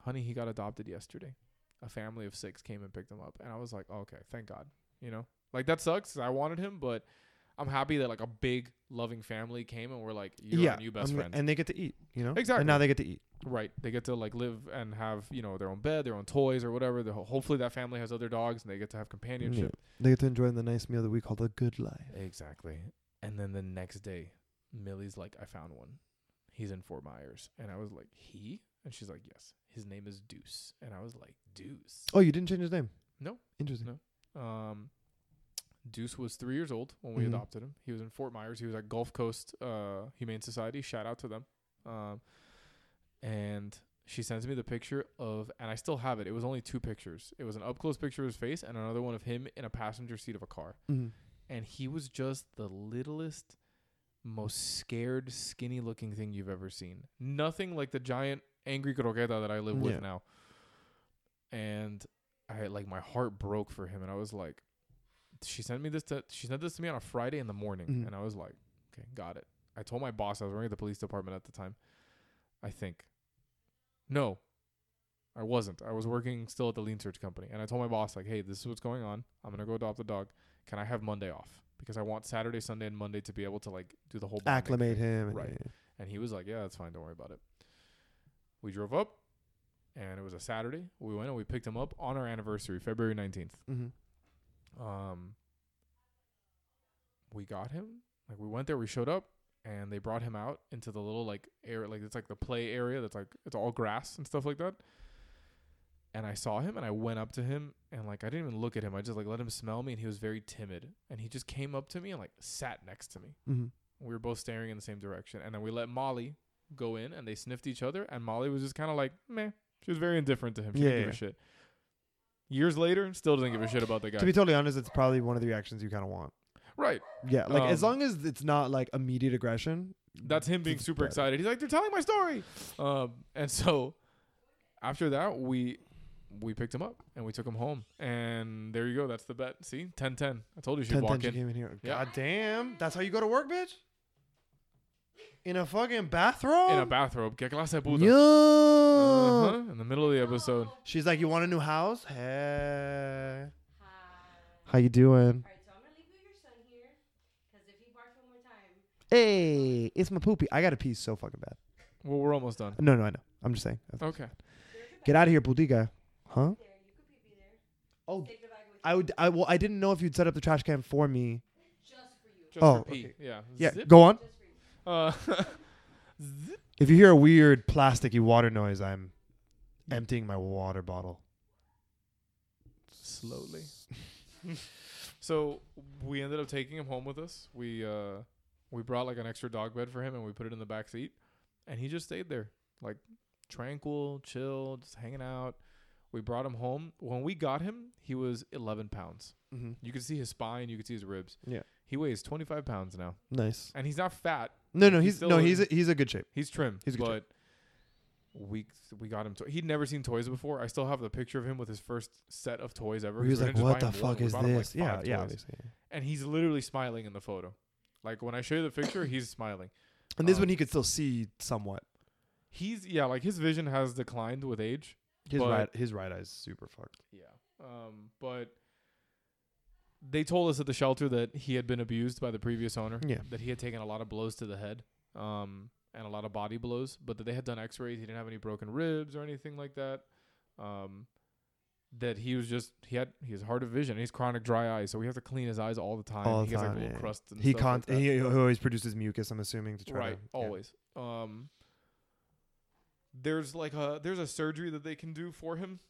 "Honey, he got adopted yesterday. A family of six came and picked him up." And I was like, "Oh, "Okay, thank God." You know, like that sucks. I wanted him, but I'm happy that like a big loving family came and we're like, "You're
yeah,
our new best
um,
friend."
and they get to eat. You know,
Exactly.
And now they get to eat.
Right. They get to like live and have, you know, their own bed, their own toys or whatever. The, ho- hopefully that family has other dogs and they get to have companionship.
They get to enjoy the nice meal that we call the good life.
Exactly. And then the next day, Millie's like, I found one. He's in Fort Myers. And I was like, he? And she's like, yes. His name is Deuce. And I was like, Deuce.
Oh, you didn't change his name?
No.
Interesting.
No. Um, Deuce was three years old when we
Mhm.
adopted him. He was in Fort Myers. He was at Gulf Coast uh, Humane Society. Shout out to them. Um, and she sends me the picture of, and I still have it. It was only two pictures. It was an up close picture of his face and another one of him in a passenger seat of a car.
Mhm.
And he was just the littlest, most scared, skinny looking thing you've ever seen. Nothing like the giant angry croqueta that I live
Yeah.
with now. And I like my heart broke for him, and I was like, she sent me this to she sent this to me on a Friday in the morning,
Mhm.
and I was like, okay, got it. I told my boss I was working at the police department at the time. I think, no, I wasn't. I was working still at the lean search company, and I told my boss like, hey, this is what's going on. I'm gonna go adopt the dog. Can I have Monday off? Because I want Saturday, Sunday, and Monday to be able to like do the whole bonding
Acclimate
thing."
him. and-
Right.
yeah, yeah.
And he was like, Yeah, that's fine. Don't worry about it. We drove up and it was a Saturday. We went and we picked him up on our anniversary, February 19th.
Mhm.
Um, we got him. Like, we went there, we showed up, and they brought him out into the little, like, area. Like, it's like the play area that's like, it's all grass and stuff like that. And I saw him and I went up to him and, like, I didn't even look at him. I just, like, let him smell me and he was very timid. And he just came up to me and, like, sat next to me.
Mhm.
We were both staring in the same direction. And then we let Molly go in and they sniffed each other. And Molly was just kind of like, meh. She was very indifferent to him. She didn't give
Yeah.
a shit. Years later, still doesn't give a shit about the guy.
To be totally honest, it's probably one of the reactions you kind of want.
right.
Yeah, like as
Um,
long as it's not like immediate aggression.
That's him being
it's
super
better.
excited. He's like, they're telling my story. Um, and so after that, we we picked him up and we took him home. And there you go. That's the bet. See, 10 10. I told you she'd
10
walk
10 she
in.
came in here.
Yeah.
God damn, that's how you go to work, bitch. In a fucking bathrobe.
In a bathrobe. Que clase de puta.
Yo.
Uh-huh. In the middle of the episode.
She's like, you want a new house? Hey, how you doing?
Alright, so I'm gonna leave you your son here, because if he barks one more time,
Hey, it's my poopy. I got to pee so fucking bad.
Well, we're almost done.
No, no, I know. I'm just saying.
Okay.
Get out of here, Budiga. Huh?
there, you could pee pee there.
Oh,
Take the bag with
I would. I well, I didn't know if you'd set up the trash can for me.
you, just for you.
Just
Oh,
for pee.
okay.
Yeah.
Yeah,
Zip.
go on.
Just for you.
Uh, [LAUGHS]
If you hear a weird plasticky water noise, I'm emptying my water bottle.
Slowly. so we ended up taking him home with us. We uh, we brought like an extra dog bed for him, and we put it in the back seat, and he just stayed there, like tranquil, chill, just hanging out. We brought him home. When we got him, he was 11 pounds.
Mm-hmm.
You could see his spine. You could see his ribs.
Yeah.
He weighs 25 pounds now,
Nice.
and he's not fat.
No, no,
He's
he's
still
no,
in-
he's a, he's a good shape.
He's trim.
He's a good
but we we got him. To- He'd never seen toys before. I still have the picture of him with his first set of toys ever.
He was
We
like,
didn't just
"What
buy
the
him one.
fuck
We
is
bought him, like,
this?" yeah,
five
yeah,
toys.
obviously. yeah.
And he's literally smiling in the photo. Like when I show you the
[COUGHS]
picture, he's smiling.
And this
Um,
one he could still see somewhat.
He's yeah, like his vision has declined with age.
His
but-
right, his right eye's super fucked.
Yeah. Um, but they told us at the shelter that he had been abused by the previous owner.
Yeah.
That he had taken a lot of blows to the head, um, and a lot of body blows, but that they had done X-rays. He didn't have any broken ribs or anything like that. Um, that he was just he had he has hard of vision. and He's chronic dry eyes, so we have to clean his eyes all the time.
All the
he gets
time,
like little
yeah.
crusts. And
He
stuff like
can't.
that.
he, he always produces mucus. I'm assuming to try
right
to. yeah.
always um there's like a there's a surgery that they can do for him,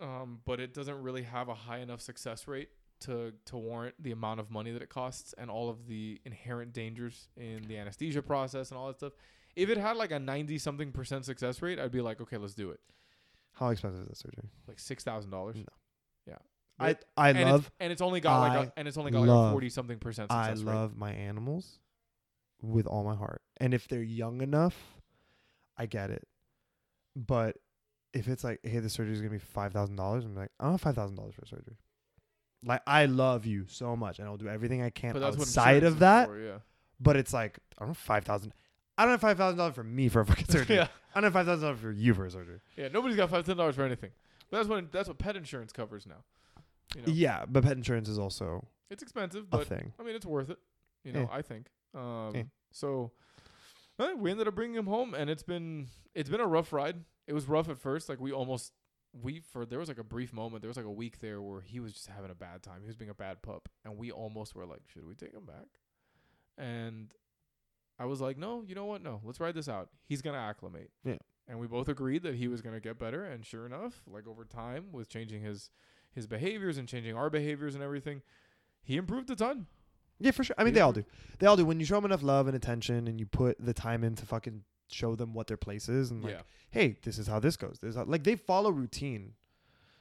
um, but it doesn't really have a high enough success rate to to warrant the amount of money that it costs and all of the inherent dangers in the anesthesia process and all that stuff. If it had like a ninety something percent success rate, I'd be like, okay, let's do it.
How expensive is that surgery?
like six thousand dollars.
No.
Yeah.
I
It-
I
and
love
it's, and it's only got like
I
a, and it's only got like a
love-
forty something percent
I
success rate.
love my animals with all my heart. And if they're young enough, I get it. But if it's like, hey, the surgery's gonna be five thousand dollars, I'm like, I don't have five thousand dollars for surgery. Like I love you so much, and I'll do everything I can
But that's what
outside
insurance
of
is
that.
for, yeah.
But it's like, I don't have five thousand. I don't have five thousand dollars for me for
[LAUGHS]
a fucking surgery.
yeah,
I don't have five thousand dollars for you for a surgery.
yeah. Nobody's got five ten dollars for anything. But that's what that's what pet insurance covers now. You know,
Yeah, but pet insurance is also
it's expensive,
a
but
thing.
I mean it's worth it. You know,
Eh.
I think. Um,
Eh.
So eh, we ended up bringing him home, and it's been it's been a rough ride. It was rough at first. Like we almost we for there was like a brief moment. There was like a week there where he was just having a bad time. He was being a bad pup, and we almost were like, should we take him back? And I was like, no, you know what? No, let's ride this out. He's gonna acclimate.
Yeah.
And we both agreed that he was gonna get better, and sure enough, like over time, with changing his his behaviors and changing our behaviors and everything, he improved a ton.
Yeah, for sure. I mean, they all do. They all do. When you show them enough love and attention, and you put the time in to fucking show them what their place is, and like,
yeah.
hey, this is how this goes. This is how, like they follow routine.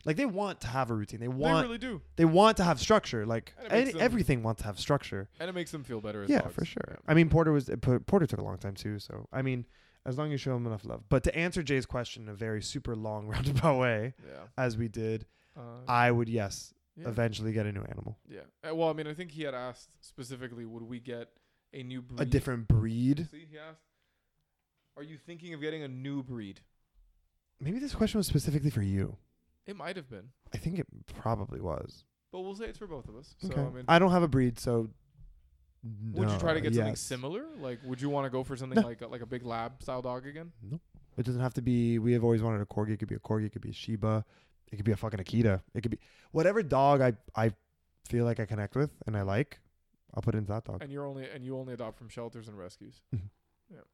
Like they want to have a routine. They want. They,
they really do,
want to have structure. Like
And it makes
and
them-
everything wants to have structure.
and it makes them feel better. As
Yeah,
dogs.
for sure. I mean, Porter was P- Porter took a long time too. So I mean, as long as you show them enough love. But to answer Jay's question in a very super long [LAUGHS] roundabout way,
Yeah,
as we did,
yeah. Uh,
I would yes
yeah.
eventually get a new animal,
yeah. Uh, Well, I mean, I think he had asked specifically, would we get a new breed?
a different breed.
See, he asked, are you thinking of getting a new breed?
Maybe this question was specifically for you.
It might have been,
I think it probably was.
but we'll say it's for both of us. So
Okay.
I mean,
don't have a breed, so.
would you try to
no, uh,
get something
yes.
similar? Like, would you want to go for something
No.
like like a big lab style dog again?
It doesn't have to be. We have always wanted a corgi. It could be a corgi. It could be a Shiba. It could be a fucking Akita. It could be whatever dog I I feel like I connect with and I like. I'll put it into that dog.
And you're only and you only adopt from shelters and rescues.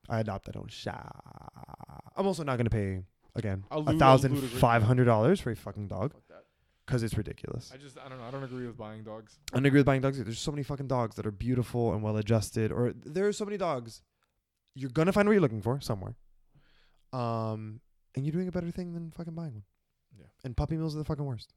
I adopt. I don't shop. I'm also not gonna pay again
A
a
lud- a
thousand
ludicrous-
five hundred dollars for a fucking dog
Fuck that.
because it's ridiculous.
I just I don't know. I don't agree with buying dogs.
I don't agree with buying dogs. either. There's so many fucking dogs that are beautiful and well adjusted, or there are so many dogs. You're gonna find what you're looking for somewhere, um, and you're doing a better thing than fucking buying one.
Yeah.
And puppy mills are the fucking worst.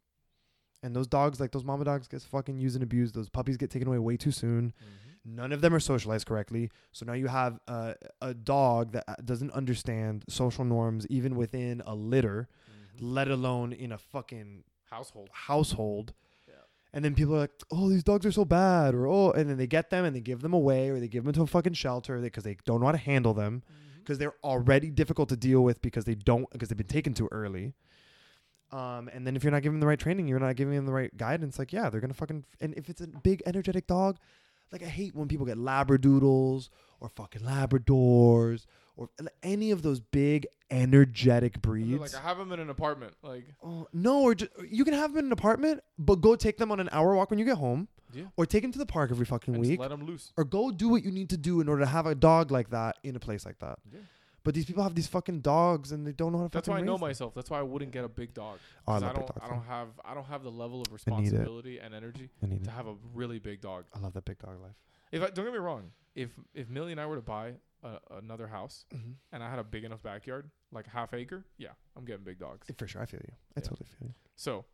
And those dogs, like those mama dogs, gets fucking used and abused. Those puppies get taken away way too soon.
Mm-hmm.
None of them are socialized correctly. So now you have uh, a dog that uh, doesn't understand social norms, even within a litter,
Mhm.
let alone in a fucking
Household.
household.
Yeah.
And then people are like, "Oh, these dogs are so bad," or "Oh," and then they get them and they give them away, or they give them to a fucking shelter because they don't know how to handle them
Mm-hmm.
because they're already difficult to deal with because they don't because they've been taken too early. Um, and then if you're not giving them the right training, you're not giving them the right guidance. Like, yeah, they're gonna fucking. And if it's a big energetic dog, like I hate when people get labradoodles or fucking labradors or any of those big energetic
And they're
breeds.
Like I have them in an apartment. Like
Oh, no, or just, you can have them in an apartment, but go take them on an hour walk when you get home,
yeah.
or take them to the park every fucking
And
week,
just let them loose.
or go do what you need to do in order to have a dog like that in a place like that.
Yeah.
But these people have these fucking dogs and they don't know how to
That's
fucking
why I know
raise them.
myself. That's why I wouldn't get a big dog.
Oh, I
'Cause
love
I
big
don't.
dogs,
I
though.
don't have. I don't have the level of
I need it.
responsibility and energy
I need
to
it.
have a really big dog.
I love that big dog life.
If I, don't get me wrong, if if Millie and I were to buy a, another house
Mm-hmm.
and I had a big enough backyard, like half acre, yeah, I'm getting big dogs.
For sure, I feel you. I
Yeah.
totally feel you.
So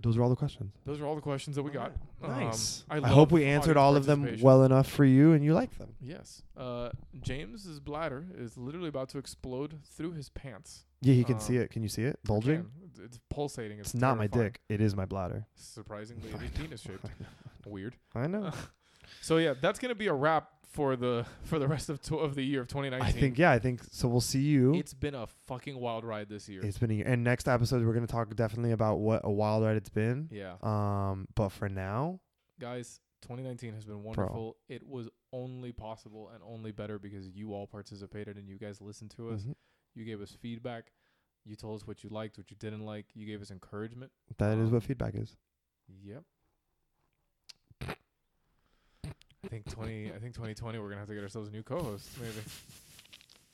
Those are all the questions.
those are all the questions that we got. Um,
Nice.
I
I,
love
hope we answered
audience
all of them
participation.
well enough for you and you like them.
Yes. Uh, James's bladder is literally about to explode through his pants.
Yeah, you can see
Um,
it. Can you see it? Bulging?
Man, it's- it's pulsating.
It's not my
terrifying.
dick. It is my bladder.
Surprisingly,
[LAUGHS]
it is penis shaped. Weird.
I know.
So yeah, that's gonna be a wrap for the [LAUGHS] for the rest of tw- of the year of 2019.
I think, yeah, I think so. We'll see you.
it's been a fucking wild ride this year.
It's been a year. And next episode, we're going to talk definitely about what a wild ride it's been.
yeah,
Um, but for now,
guys, 2019 has been wonderful. It was only possible and only better because you all participated and you guys listened to us.
mhm,
You gave us feedback. You told us what you liked, what you didn't like. You gave us encouragement.
that is
um,
what feedback is.
Yep.
[LAUGHS]
I think 20. I think 2020. We're gonna have to get ourselves a new co-host. Maybe.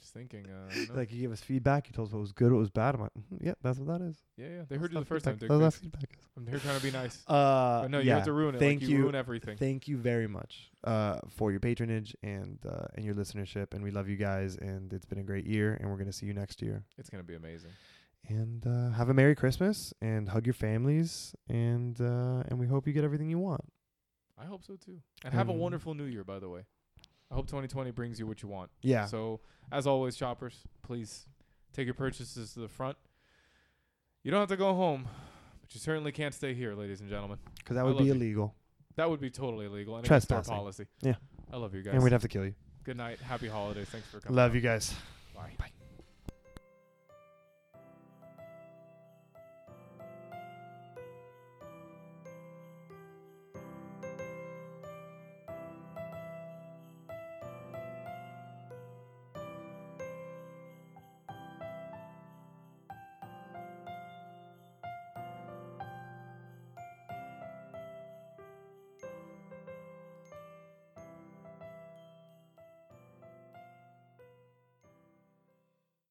Just thinking. Uh, no.
Like you gave us feedback. You told us what was good, what was bad. I'm like, "Mhm, yeah, that's what that is.
yeah, yeah. They heard you the
That's
first time.
feedback.
Dick
That's what
Face.
feedback is.
I'm here trying to be nice.
[LAUGHS] Uh,
But no,
yeah.
you have to ruin it.
Thank
like,
you.
ruin everything.
Thank you very much uh, for your patronage and uh, and your listenership, and we love you guys. And it's been a great year, and we're gonna see you next year.
it's gonna be amazing.
And uh, have a merry Christmas, and hug your families, and uh, and we hope you get everything you want.
I hope so too. And have a
Um,
wonderful new year, by the way. I hope 2020 brings you what you want.
Yeah.
So, as always, shoppers, please take your purchases to the front. You don't have to go home, but you certainly can't stay here, ladies and gentlemen.
Because that
I
would
love
be
you.
illegal,
That would be totally illegal. And against our
Trespassing.
policy.
Yeah.
I love you guys.
and we'd have to kill you.
Good night. Happy holidays. Thanks for coming.
Love you guys.
Bye.
Bye.